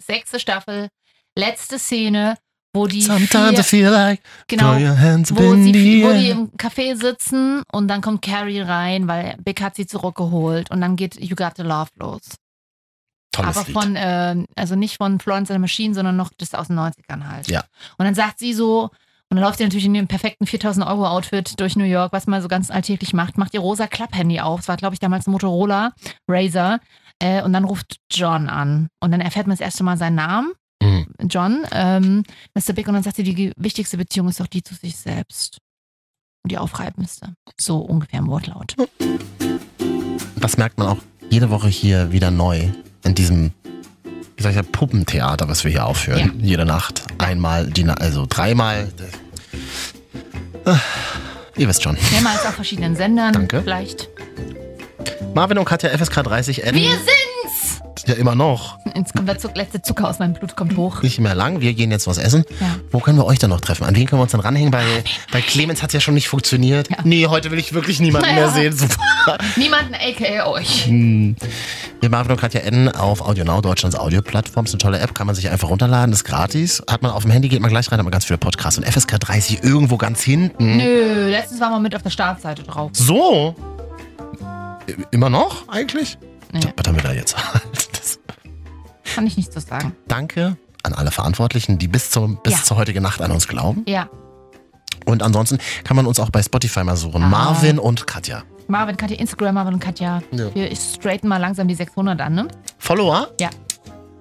S2: sechste Staffel, letzte Szene, wo die.
S1: Sometimes I
S2: vier,
S1: feel like...
S2: genau.
S1: throw your hands up
S2: Wo,
S1: in
S2: sie,
S1: the
S2: wo
S1: air.
S2: die im Café sitzen und dann kommt Carrie rein, weil Big hat sie zurückgeholt und dann geht You Got the Love los.
S1: Tolles
S2: aber
S1: Lied.
S2: von, ähm, also nicht von Florence and the Machine, sondern noch das aus den 90ern halt.
S1: Ja.
S2: Und dann sagt sie so, und dann läuft sie natürlich in dem perfekten 4000 Euro Outfit durch New York, was man so ganz alltäglich macht, macht ihr rosa Klapphandy auf. Es war, glaube ich, damals ein Motorola Razer. Äh, und dann ruft John an. Und dann erfährt man das erste Mal seinen Namen.
S1: Mhm.
S2: John, ähm, Mr. Big. Und dann sagt sie, die ge- wichtigste Beziehung ist doch die zu sich selbst. Und die aufreibendste. So ungefähr im Wortlaut.
S1: Das merkt man auch jede Woche hier wieder neu in diesem, wie sag ich, ja, Puppentheater, was wir hier aufführen. Jede Nacht. Einmal, die, Na- also dreimal. Ah, Ihr wisst schon.
S2: Mehrmals auf verschiedenen Sendern.
S1: Danke.
S2: Vielleicht.
S1: Marvin und Katja FSK 30 N.
S2: Wir sind's!
S1: ja immer noch.
S2: Jetzt kommt der Zuck, letzte Zucker aus meinem Blut kommt hoch.
S1: Nicht mehr lang. Wir gehen jetzt was essen.
S2: Ja.
S1: Wo können wir euch denn noch treffen? An wen können wir uns dann ranhängen? Bei, bei Clemens hat es ja schon nicht funktioniert. Nee, heute will ich wirklich niemanden
S2: Ja.
S1: mehr sehen. Super.
S2: Niemanden, aka euch.
S1: Hm. Wir Marvin und Katja N. auf AudioNow, Deutschlands Audioplattform. Ist eine tolle App, kann man sich einfach runterladen, ist gratis. Hat man auf dem Handy, geht man gleich rein, hat man ganz viele Podcasts und FSK 30 irgendwo ganz hinten.
S2: Nö, letztens waren wir mit auf der Startseite drauf.
S1: So? I- Immer noch eigentlich? Was haben wir da jetzt? Das,
S2: Kann ich nichts zu sagen.
S1: danke an alle Verantwortlichen, die bis, zum, bis
S2: Ja.
S1: zur heutigen Nacht an uns glauben.
S2: Ja.
S1: Und ansonsten kann man uns auch bei Spotify mal suchen.
S2: Ah.
S1: Marvin und Katja.
S2: Marvin, Katja, Instagram, Marvin und Katja.
S1: Ja.
S2: Wir straighten mal langsam die 600 an, ne?
S1: Follower?
S2: Ja.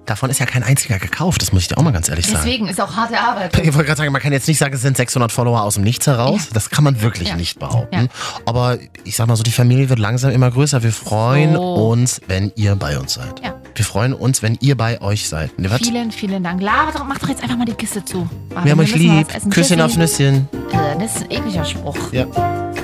S1: Davon ist ja kein einziger gekauft, das muss ich dir auch mal ganz ehrlich sagen.
S2: Deswegen ist auch harte Arbeit.
S1: Ich wollte gerade sagen, man kann jetzt nicht sagen, es sind 600 Follower aus dem Nichts heraus. Das kann man wirklich
S2: Ja.
S1: nicht behaupten. Aber ich sag mal so, die Familie wird langsam immer größer. Wir freuen
S2: So.
S1: uns, wenn ihr bei uns seid.
S2: Ja.
S1: Wir freuen uns, wenn ihr bei euch seid. Ne, was?
S2: Vielen, vielen Dank. Lava, doch, mach doch jetzt einfach mal die Kiste zu. Marvin,
S1: Wir haben euch
S2: müssen mal
S1: lieb.
S2: was essen.
S1: Küsschen aufs Nüsschen.
S2: Äh, Das ist ein ekliger Spruch.
S1: Ja.